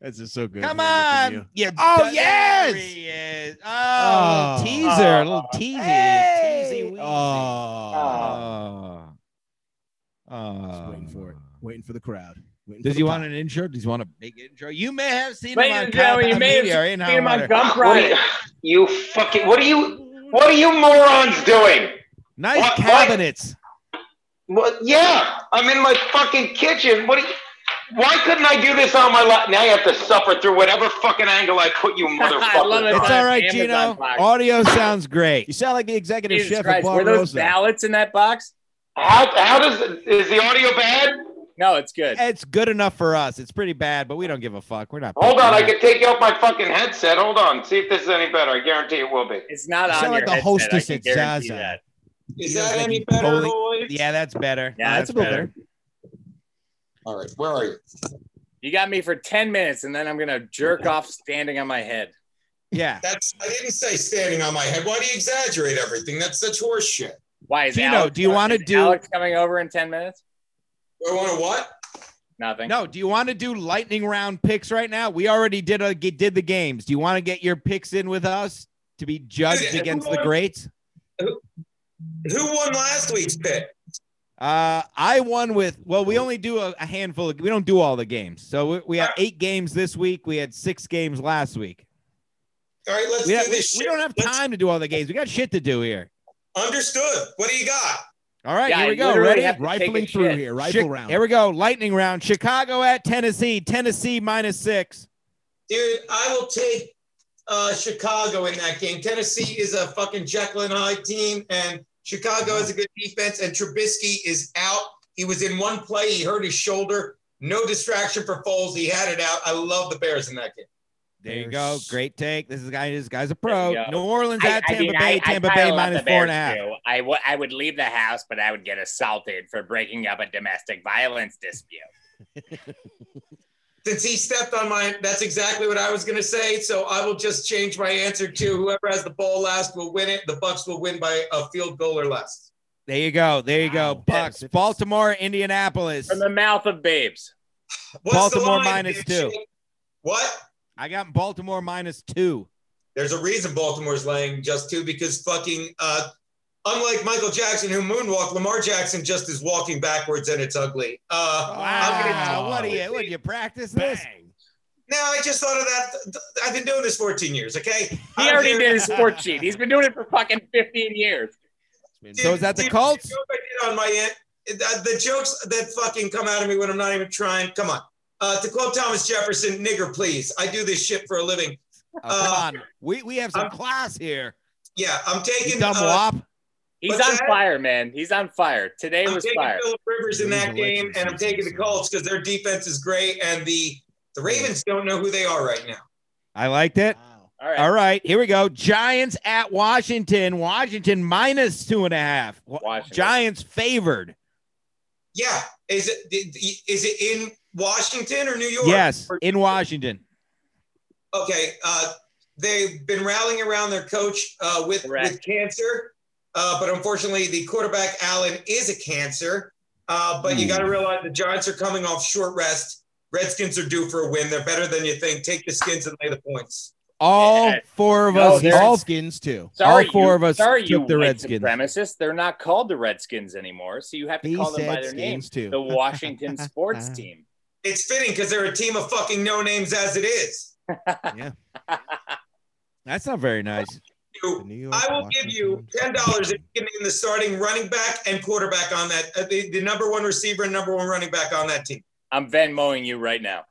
Speaker 2: That's just so good.
Speaker 8: Come
Speaker 2: Homer,
Speaker 8: on.
Speaker 2: from you.
Speaker 8: you
Speaker 2: Oh,
Speaker 8: dumb-
Speaker 2: yes!
Speaker 8: There he is. Oh,
Speaker 2: Oh.
Speaker 8: teaser. a little teasy. Teasy.
Speaker 2: Hey!
Speaker 8: weasy.
Speaker 2: Oh,
Speaker 8: Oh.
Speaker 2: Just waiting for it. Waiting for the crowd. Waiting
Speaker 8: Does
Speaker 2: for
Speaker 8: he
Speaker 2: the
Speaker 8: want
Speaker 2: pop.
Speaker 8: an intro? Does he want a big intro? You may have seen
Speaker 3: Ladies
Speaker 8: him on eh,
Speaker 3: and gentlemen, you
Speaker 8: Compound
Speaker 3: may have
Speaker 8: Media or in
Speaker 3: Get him on
Speaker 8: Hot Water.
Speaker 1: What are
Speaker 3: Gumtree.
Speaker 1: you, you fucking, what are you, what are you morons doing?
Speaker 8: Nice
Speaker 1: What- what?
Speaker 8: cabinets.
Speaker 1: Well, yeah, I'm in my fucking kitchen. What? Are you, why couldn't I do this on my lot? Now you have to suffer through whatever fucking angle I put you, motherfucker.
Speaker 3: I love it.
Speaker 8: It's
Speaker 3: on
Speaker 8: all right,
Speaker 3: Amazon
Speaker 8: Gino.
Speaker 3: Box.
Speaker 8: Audio sounds
Speaker 2: You
Speaker 8: great.
Speaker 2: sound like the executive
Speaker 3: Jesus
Speaker 2: chef at
Speaker 3: Christ, were those
Speaker 2: Barbarossa.
Speaker 3: ballots in that box?
Speaker 1: How, how does is the audio bad?
Speaker 3: No, it's good.
Speaker 8: It's good enough for us. It's pretty bad, but we don't give a fuck. We're not.
Speaker 1: Hold on, I
Speaker 8: picking
Speaker 1: can take you off my fucking headset. Hold on, see if this is any better. I guarantee it will be.
Speaker 3: It's not
Speaker 2: You
Speaker 3: on your
Speaker 2: sound like the
Speaker 3: headset,
Speaker 2: hostess
Speaker 3: I can
Speaker 2: at
Speaker 3: guarantee
Speaker 2: Zaza.
Speaker 3: that.
Speaker 8: He
Speaker 10: Is
Speaker 8: looks
Speaker 10: that
Speaker 8: like
Speaker 10: any
Speaker 8: he's
Speaker 10: better,
Speaker 8: totally-
Speaker 10: boys?
Speaker 8: it. Yeah, that's better.
Speaker 3: Yeah,
Speaker 2: Oh,
Speaker 3: that's,
Speaker 2: that's a little
Speaker 3: better.
Speaker 2: better.
Speaker 10: All right, where are you?
Speaker 3: You got me for 10 minutes and then I'm going to jerk off standing on my head.
Speaker 8: Yeah.
Speaker 10: That's I didn't say standing on my head. Why do you exaggerate everything? That's such horse shit.
Speaker 3: Why is
Speaker 8: Gino,
Speaker 3: Alex,
Speaker 8: do you wanna
Speaker 3: is
Speaker 8: do-
Speaker 3: Alex coming over in 10 minutes?
Speaker 10: Do I want to what?
Speaker 3: Nothing.
Speaker 8: No, do you want to do lightning round picks right now? We already did a, did the games. Do you want to get your picks in with us to be judged
Speaker 10: Dude,
Speaker 8: against the greats?
Speaker 10: Who won last week's pick?
Speaker 8: Uh, I won with well, we only do a, a handful. Of, we don't do all the games, so we, we have eight games this week. We had six games last week.
Speaker 10: All right, let's
Speaker 8: We,
Speaker 10: do
Speaker 8: have- we,
Speaker 10: this
Speaker 8: we
Speaker 10: shit.
Speaker 8: don't have
Speaker 10: Let's-
Speaker 8: time to do all the games. We got shit to do here.
Speaker 10: Understood. What do you got?
Speaker 8: All right,
Speaker 3: Yeah,
Speaker 8: here
Speaker 3: I
Speaker 8: we go.
Speaker 3: literally
Speaker 8: Ready?
Speaker 3: have to take
Speaker 2: Rifling
Speaker 3: a
Speaker 2: through
Speaker 3: shit.
Speaker 2: here. Rifle
Speaker 8: Chi-
Speaker 2: round.
Speaker 8: Here we go. Lightning round. Chicago at Tennessee. Tennessee minus six.
Speaker 10: Dude, I will take uh, Chicago in that game. Tennessee is a fucking Jekyll and Hyde team, and Chicago has a good defense. And Trubisky is out. He was in one play. He hurt his shoulder. No distraction for Foles. He had it out. I love the Bears in that game.
Speaker 8: There you go.
Speaker 2: Bears.
Speaker 8: Great take. This is guy. This guy's a
Speaker 3: There
Speaker 8: pro.
Speaker 3: you go.
Speaker 8: New Orleans
Speaker 3: I-
Speaker 8: at
Speaker 3: I
Speaker 8: Tampa
Speaker 3: mean,
Speaker 8: Bay.
Speaker 3: I- I
Speaker 8: Tampa
Speaker 3: kinda
Speaker 8: Bay
Speaker 3: love
Speaker 8: minus
Speaker 3: the
Speaker 8: four and a half.
Speaker 3: Bears, too. I would I would leave the house, but I would get assaulted for breaking up a domestic violence dispute.
Speaker 10: Since he stepped on my, that's exactly what I was going to say. So I will just change my answer to whoever has the ball last will win it. The Bucks will win by a field goal or less.
Speaker 8: There you go. There you go.
Speaker 2: Wow.
Speaker 8: Bucks.
Speaker 2: Specifics.
Speaker 8: Baltimore. Indianapolis.
Speaker 3: From the mouth of babes.
Speaker 8: Baltimore minus two.
Speaker 10: dipshit? What?
Speaker 8: I got Baltimore minus two.
Speaker 10: There's a reason Baltimore's laying just two because fucking, uh, unlike Michael Jackson who moonwalked, Lamar Jackson just is walking backwards and it's ugly. Uh, I'm gonna-
Speaker 8: Wow. What do you? What do you practice this?
Speaker 10: no, I just thought of that. I've been doing this 14 years. Okay.
Speaker 3: He already did his sport sheet. He's been doing it for fucking 15 years.
Speaker 8: So is that the Colts?
Speaker 10: joke I did on my end, uh, the jokes that fucking come out of me when I'm not even trying. Come on. Uh, to quote Thomas Jefferson, nigger, please. I do this shit for a living.
Speaker 8: Oh,
Speaker 10: uh,
Speaker 8: come on. We we have some class here.
Speaker 10: Yeah, I'm
Speaker 8: You
Speaker 10: taking.
Speaker 8: dumb
Speaker 10: uh,
Speaker 8: wop.
Speaker 3: He's
Speaker 10: What's
Speaker 3: on
Speaker 10: that?
Speaker 3: fire, man. He's on fire. Today
Speaker 10: I'm
Speaker 3: was
Speaker 10: taking
Speaker 3: fire.
Speaker 10: Philip Rivers in that game, and I'm taking the Colts because their defense is great, and the the Ravens don't know who they are right now.
Speaker 8: I liked it.
Speaker 2: Wow.
Speaker 3: All right.
Speaker 8: All right, here we go. Giants at Washington. Washington minus two and a half. Wa-
Speaker 3: Washington.
Speaker 8: Giants favored.
Speaker 10: Yeah, is it is it in Washington or New York?
Speaker 8: Yes, in Washington.
Speaker 10: Okay. Uh, they've been rallying around their coach uh, with,
Speaker 3: Correct.
Speaker 10: with cancer, uh, but unfortunately, the quarterback Allen is a cancer. Uh, but you got to realize the Giants are coming off short rest. Redskins are due for a win. They're better than you think. Take the skins and lay the points.
Speaker 8: All
Speaker 3: Yeah.
Speaker 8: four of
Speaker 3: No,
Speaker 8: us,
Speaker 3: they're-
Speaker 8: all,
Speaker 2: Skins too.
Speaker 3: Sorry,
Speaker 8: all four
Speaker 3: you,
Speaker 8: of us
Speaker 3: sorry, you
Speaker 8: took the
Speaker 3: white
Speaker 8: Redskins.
Speaker 3: supremacists. They're not called the Redskins anymore, so you have to
Speaker 2: He
Speaker 3: call them by
Speaker 2: said
Speaker 3: their name.
Speaker 2: skins too.
Speaker 3: The Washington sports team.
Speaker 10: It's fitting because they're a team of fucking no names as it is.
Speaker 8: That's not very nice.
Speaker 10: You-
Speaker 2: The New York
Speaker 10: I will give you
Speaker 2: Washington-
Speaker 10: ten dollars if you can name the starting running back and quarterback on that, uh, the, the number one receiver and number one running back on that team.
Speaker 3: I'm Venmoing you right now.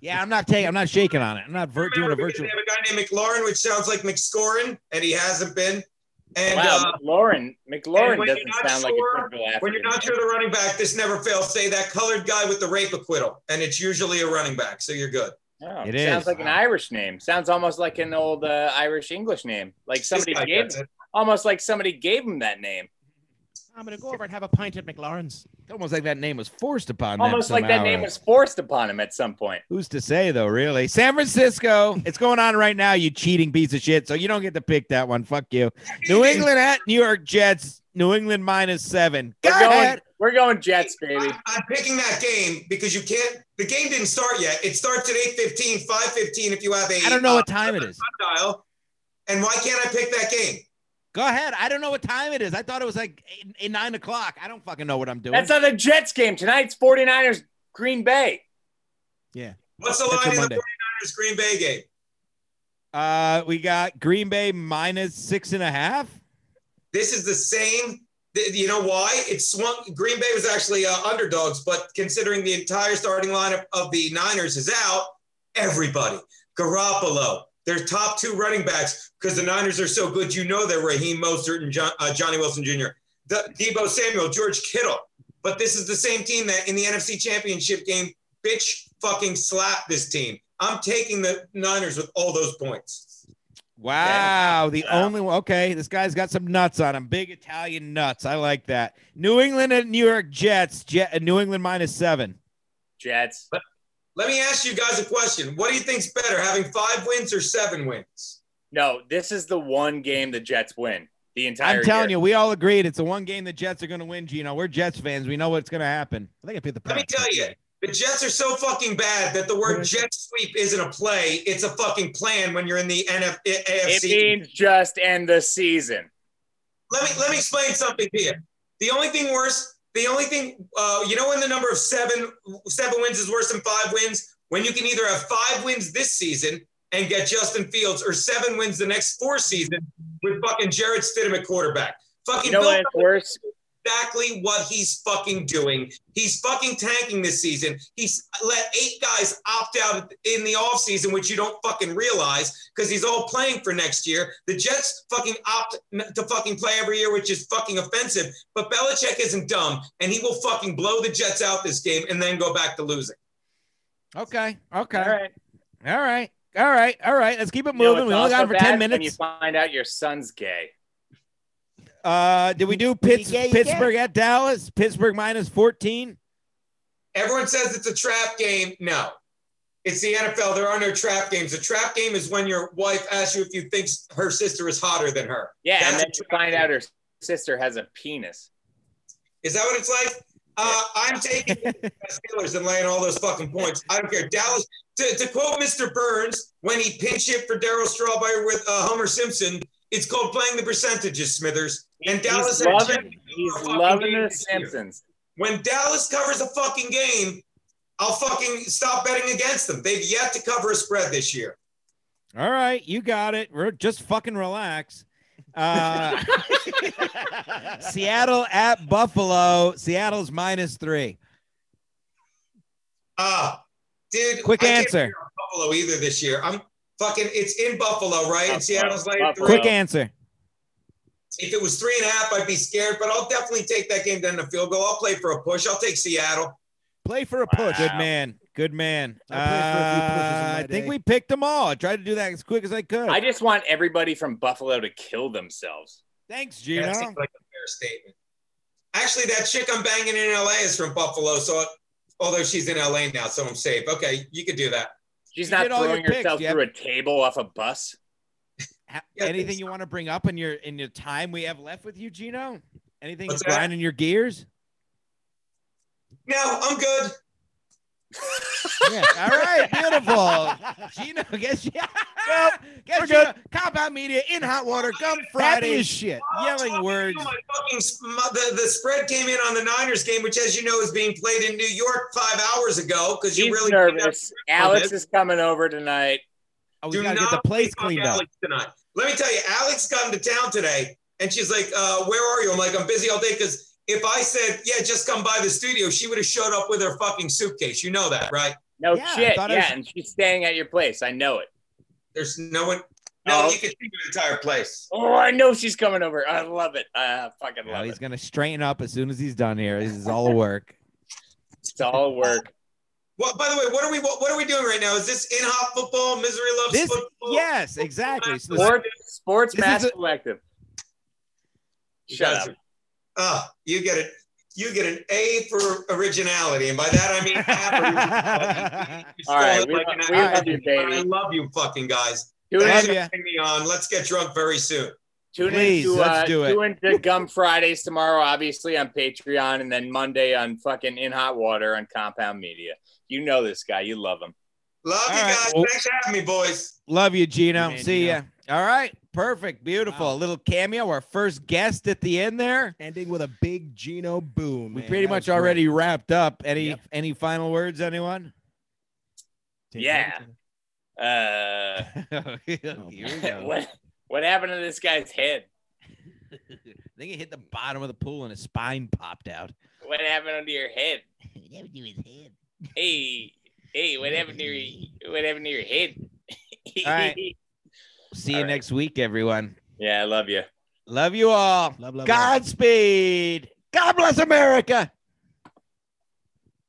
Speaker 8: Yeah, I'm not taking. I'm not shaking on it. I'm not vir- doing a
Speaker 10: Remember, we
Speaker 8: virtual.
Speaker 10: didn't have a guy named McLaurin, which sounds like McScorin, and he hasn't been. And
Speaker 3: wow,
Speaker 10: uh,
Speaker 3: McLaurin. McLaurin
Speaker 10: when
Speaker 3: doesn't
Speaker 10: you're not
Speaker 3: sound
Speaker 10: sure-
Speaker 3: like a typical African.
Speaker 10: when you're not sure
Speaker 3: man.
Speaker 10: the running back, this never fails. Say that colored guy with the rape acquittal, and it's usually a running back, so you're good.
Speaker 3: No,
Speaker 8: It
Speaker 3: sounds
Speaker 8: is.
Speaker 3: like an Irish name. Sounds almost like an old uh, Irish English name. Like somebody
Speaker 10: This guy
Speaker 3: gave,
Speaker 10: gets it.
Speaker 3: almost like somebody gave him that name.
Speaker 2: I'm gonna go over and have a pint at McLaurin's.
Speaker 8: Almost like that name was forced upon them.
Speaker 3: Almost like that
Speaker 8: somehow.
Speaker 3: name was forced upon him at some point.
Speaker 8: Who's to say though? Really, San Francisco. It's going on right now. You cheating piece of shit. So you don't get to pick that one. Fuck you. New England at New York Jets. New England minus seven. Go
Speaker 3: We're going,
Speaker 8: ahead.
Speaker 3: we're going Jets, baby.
Speaker 10: I- I'm picking that game because you can't. The game didn't start yet. It starts at 8:15, 5:15 if you have a
Speaker 8: I don't know
Speaker 10: uh,
Speaker 8: what time it is.
Speaker 10: dial. And why can't I pick that game?
Speaker 8: Go ahead. I don't know what time it is. I thought it was like eight, eight, nine o'clock. I don't fucking know what I'm doing.
Speaker 3: That's not a Jets game tonight. It's 49ers Green Bay.
Speaker 10: What's the
Speaker 8: That's
Speaker 10: line
Speaker 8: a
Speaker 10: in the
Speaker 8: Monday.
Speaker 10: 49ers Green Bay game?
Speaker 8: Uh, we got Green Bay minus six and a half.
Speaker 10: This is the same. th- You know why? It swung. Green Bay was actually uh, underdogs, but considering the entire starting lineup of the Niners is out, everybody, Garoppolo, their top two running backs, because the Niners are so good, you know they're Raheem Mostert and John, uh, Johnny Wilson Jr., the, Debo Samuel, George Kittle. But this is the same team that in the NFC Championship game, bitch fucking slap this team. I'm taking the Niners with all those points.
Speaker 8: Wow, the
Speaker 3: Wow.
Speaker 8: only one. Okay, this guy's got some nuts on him. Big Italian nuts. I like that. New England and New York Jets. Jet, New England minus seven.
Speaker 3: Jets.
Speaker 10: Let me ask you guys a question. What do you think's better, having five wins or seven wins?
Speaker 3: No, this is the one game the Jets win the entire
Speaker 8: I'm telling you, we all agreed it's the one game the Jets are going to win. Gino, we're Jets fans. We know what's going to happen.
Speaker 2: I think I picked the.
Speaker 10: Let me
Speaker 2: Pats.
Speaker 10: tell you, the Jets are so fucking bad that the word jet sweep isn't a play. It's a fucking plan when you're in the NF-
Speaker 3: It
Speaker 10: AFC.
Speaker 3: means just end the season.
Speaker 10: Let me let me explain something to you. The only thing worse, the only thing, uh, you know, when the number of seven seven wins is worse than five wins, when you can either have five wins this season and get Justin Fields, or seven wins the next four season with fucking Jared Stidham at quarterback. Fucking
Speaker 3: You know
Speaker 10: Bill
Speaker 3: what's worse?
Speaker 10: exactly what he's fucking doing. He's fucking tanking this season. He's let eight guys opt out in the offseason, which you don't fucking realize because he's all playing for next year. The Jets fucking opt n- to fucking play every year, which is fucking offensive. But Belichick isn't dumb and he will fucking blow the Jets out this game and then go back to losing.
Speaker 8: Okay, okay,
Speaker 3: All right.
Speaker 8: all right, all right, all right. Let's keep it
Speaker 3: You know
Speaker 8: moving. we
Speaker 3: what's
Speaker 8: only got
Speaker 3: also
Speaker 8: it for
Speaker 3: bad?
Speaker 8: ten
Speaker 3: When you
Speaker 8: minutes.
Speaker 3: find out your son's gay.
Speaker 8: Uh, did we do Pitts,
Speaker 2: Yeah, yeah.
Speaker 8: Pittsburgh at Dallas? Pittsburgh minus fourteen.
Speaker 10: Everyone says it's a trap game. No. It's the NFL. There are no trap games. A trap game is when your wife asks you if you think her sister is hotter than her.
Speaker 3: Yeah,
Speaker 10: That's
Speaker 3: and then
Speaker 10: a
Speaker 3: you
Speaker 10: trap
Speaker 3: find
Speaker 10: game.
Speaker 3: out her sister has a penis.
Speaker 10: Is that what it's like? Uh, I'm taking the Steelers and laying all those fucking points. I don't care. Dallas, to, to quote Mr. Burns, when he pinch hit for Daryl Strawberry with uh, Homer Simpson, it's called playing the percentages, Smithers. And Dallas
Speaker 3: He's
Speaker 10: had
Speaker 3: loving,
Speaker 10: Jim-
Speaker 3: he's
Speaker 10: fucking
Speaker 3: loving
Speaker 10: game
Speaker 3: the
Speaker 10: this year.
Speaker 3: Simpsons.
Speaker 10: when Dallas covers a fucking game, I'll fucking stop betting against them. They've yet to cover a spread this year.
Speaker 8: All right, you got it. We're just fucking relax. Uh, Seattle at Buffalo. Seattle's minus three.
Speaker 10: Ah, dude.
Speaker 8: Quick
Speaker 10: I can't
Speaker 8: answer.
Speaker 10: figure out Buffalo either this year. I'm fucking. It's in Buffalo, right?
Speaker 3: Buffalo,
Speaker 10: And Seattle's laying
Speaker 3: Buffalo.
Speaker 10: three.
Speaker 8: Quick answer.
Speaker 10: If it was three and a half, I'd be scared, but I'll definitely take that game down the field goal. I'll play for a push. I'll take Seattle.
Speaker 2: Play for a push.
Speaker 8: Good man. Good man.
Speaker 2: I played for a few pushes in
Speaker 8: Uh,
Speaker 2: my
Speaker 8: I think
Speaker 2: day.
Speaker 8: we picked them all. I tried to do that as quick as I could.
Speaker 3: I just want everybody from Buffalo to kill themselves.
Speaker 8: Thanks,
Speaker 10: That
Speaker 8: Gino.
Speaker 10: seems like a fair statement. Actually, that chick I'm banging in LA is from Buffalo, so although she's in LA now, so I'm safe. Okay, you could do that.
Speaker 3: She's
Speaker 8: You
Speaker 3: not
Speaker 8: did all your
Speaker 3: throwing
Speaker 8: picks,
Speaker 3: herself
Speaker 8: Jeff.
Speaker 3: through a table off a bus.
Speaker 8: Ha-
Speaker 10: Yeah,
Speaker 8: Anything
Speaker 10: thanks.
Speaker 8: you want to bring up in your in your time we have left with you, Gino? Anything
Speaker 10: What's that?
Speaker 8: grinding your gears?
Speaker 10: No, I'm good.
Speaker 8: All right, beautiful. Gino, guess yeah. guess
Speaker 2: we're
Speaker 8: Gino, Cop Out Media in hot water. Come
Speaker 2: Happy
Speaker 8: Friday,
Speaker 2: as shit.
Speaker 8: yelling words.
Speaker 10: My fucking sp- my- the, the spread came in on the Niners game, which, as you know, is being played in New York five hours ago because you
Speaker 3: He's
Speaker 10: really
Speaker 3: nervous. Alex is coming over tonight.
Speaker 2: Oh, we
Speaker 10: do
Speaker 2: gotta
Speaker 10: not
Speaker 2: get the place
Speaker 10: pick on
Speaker 2: cleaned up.
Speaker 10: Alex tonight. Let me tell you, Alex come to town today, and she's like, uh, "Where are you?" I'm like, "I'm busy all day." Because if I said, "Yeah, just come by the studio," she would have showed up with her fucking suitcase. You know that, right?
Speaker 3: No
Speaker 2: Yeah, I
Speaker 3: shit. Yeah,
Speaker 2: thought I was-
Speaker 3: and she's staying at your place. I know it.
Speaker 10: There's no one. No,
Speaker 3: Oh.
Speaker 10: you can see the entire place.
Speaker 3: Oh, I know she's coming over. I love it. I fucking
Speaker 8: Well,
Speaker 3: love
Speaker 8: he's
Speaker 3: it.
Speaker 8: gonna straighten up as soon as he's done here. This is all work.
Speaker 3: It's all work.
Speaker 10: What? By the way, what are we? What, what are we doing right now? Is this in hop football? Misery loves
Speaker 8: This-
Speaker 10: football.
Speaker 8: Yes, exactly. So this-
Speaker 3: Sports, sports
Speaker 8: This
Speaker 3: Mass
Speaker 8: is a-
Speaker 3: Collective.
Speaker 10: You
Speaker 3: Shut up.
Speaker 10: guys are- Ah, you get it. You get an A for originality, and by that I mean half. originality. You
Speaker 3: All right,
Speaker 10: stole it
Speaker 3: we
Speaker 10: like
Speaker 3: lo-
Speaker 10: an
Speaker 3: we
Speaker 10: actor.
Speaker 3: love you, baby.
Speaker 10: I love you, fucking guys.
Speaker 3: Tune
Speaker 8: Love
Speaker 3: in,
Speaker 10: Thanks
Speaker 8: ya.
Speaker 10: for having me on. Let's get drunk very soon.
Speaker 3: tune
Speaker 8: Please,
Speaker 3: into,
Speaker 8: let's
Speaker 3: uh,
Speaker 8: do it.
Speaker 3: Tune into Gum Fridays tomorrow, obviously on Patreon, and then Monday on fucking In Hot Water on Compound Media. You know this guy. You love him.
Speaker 10: Love
Speaker 8: All
Speaker 10: you
Speaker 8: right,
Speaker 10: guys.
Speaker 8: well-
Speaker 10: Thanks for having me, boys.
Speaker 8: Love you, Gino.
Speaker 11: Man,
Speaker 8: See
Speaker 11: Gino.
Speaker 8: ya. All right, perfect, beautiful.
Speaker 11: Wow.
Speaker 8: A little cameo, our first guest at the end there.
Speaker 2: Ending with a big Gino boom.
Speaker 8: We
Speaker 2: man.
Speaker 8: pretty
Speaker 2: That was
Speaker 8: much
Speaker 2: great.
Speaker 8: already wrapped up. Any
Speaker 2: Yep.
Speaker 8: any final words, anyone?
Speaker 2: Take
Speaker 3: Yeah. Uh,
Speaker 8: Here we go.
Speaker 3: what what happened to this guy's head?
Speaker 8: I think he hit the bottom of the pool and his spine popped out.
Speaker 3: What happened under your head? Hey, hey, what happened to your what happened to your head?
Speaker 8: All right. See you
Speaker 3: All right.
Speaker 8: next week, everyone.
Speaker 3: yeah, I love you.
Speaker 8: Love you all.
Speaker 2: Love, love, love.
Speaker 8: Godspeed. God bless America.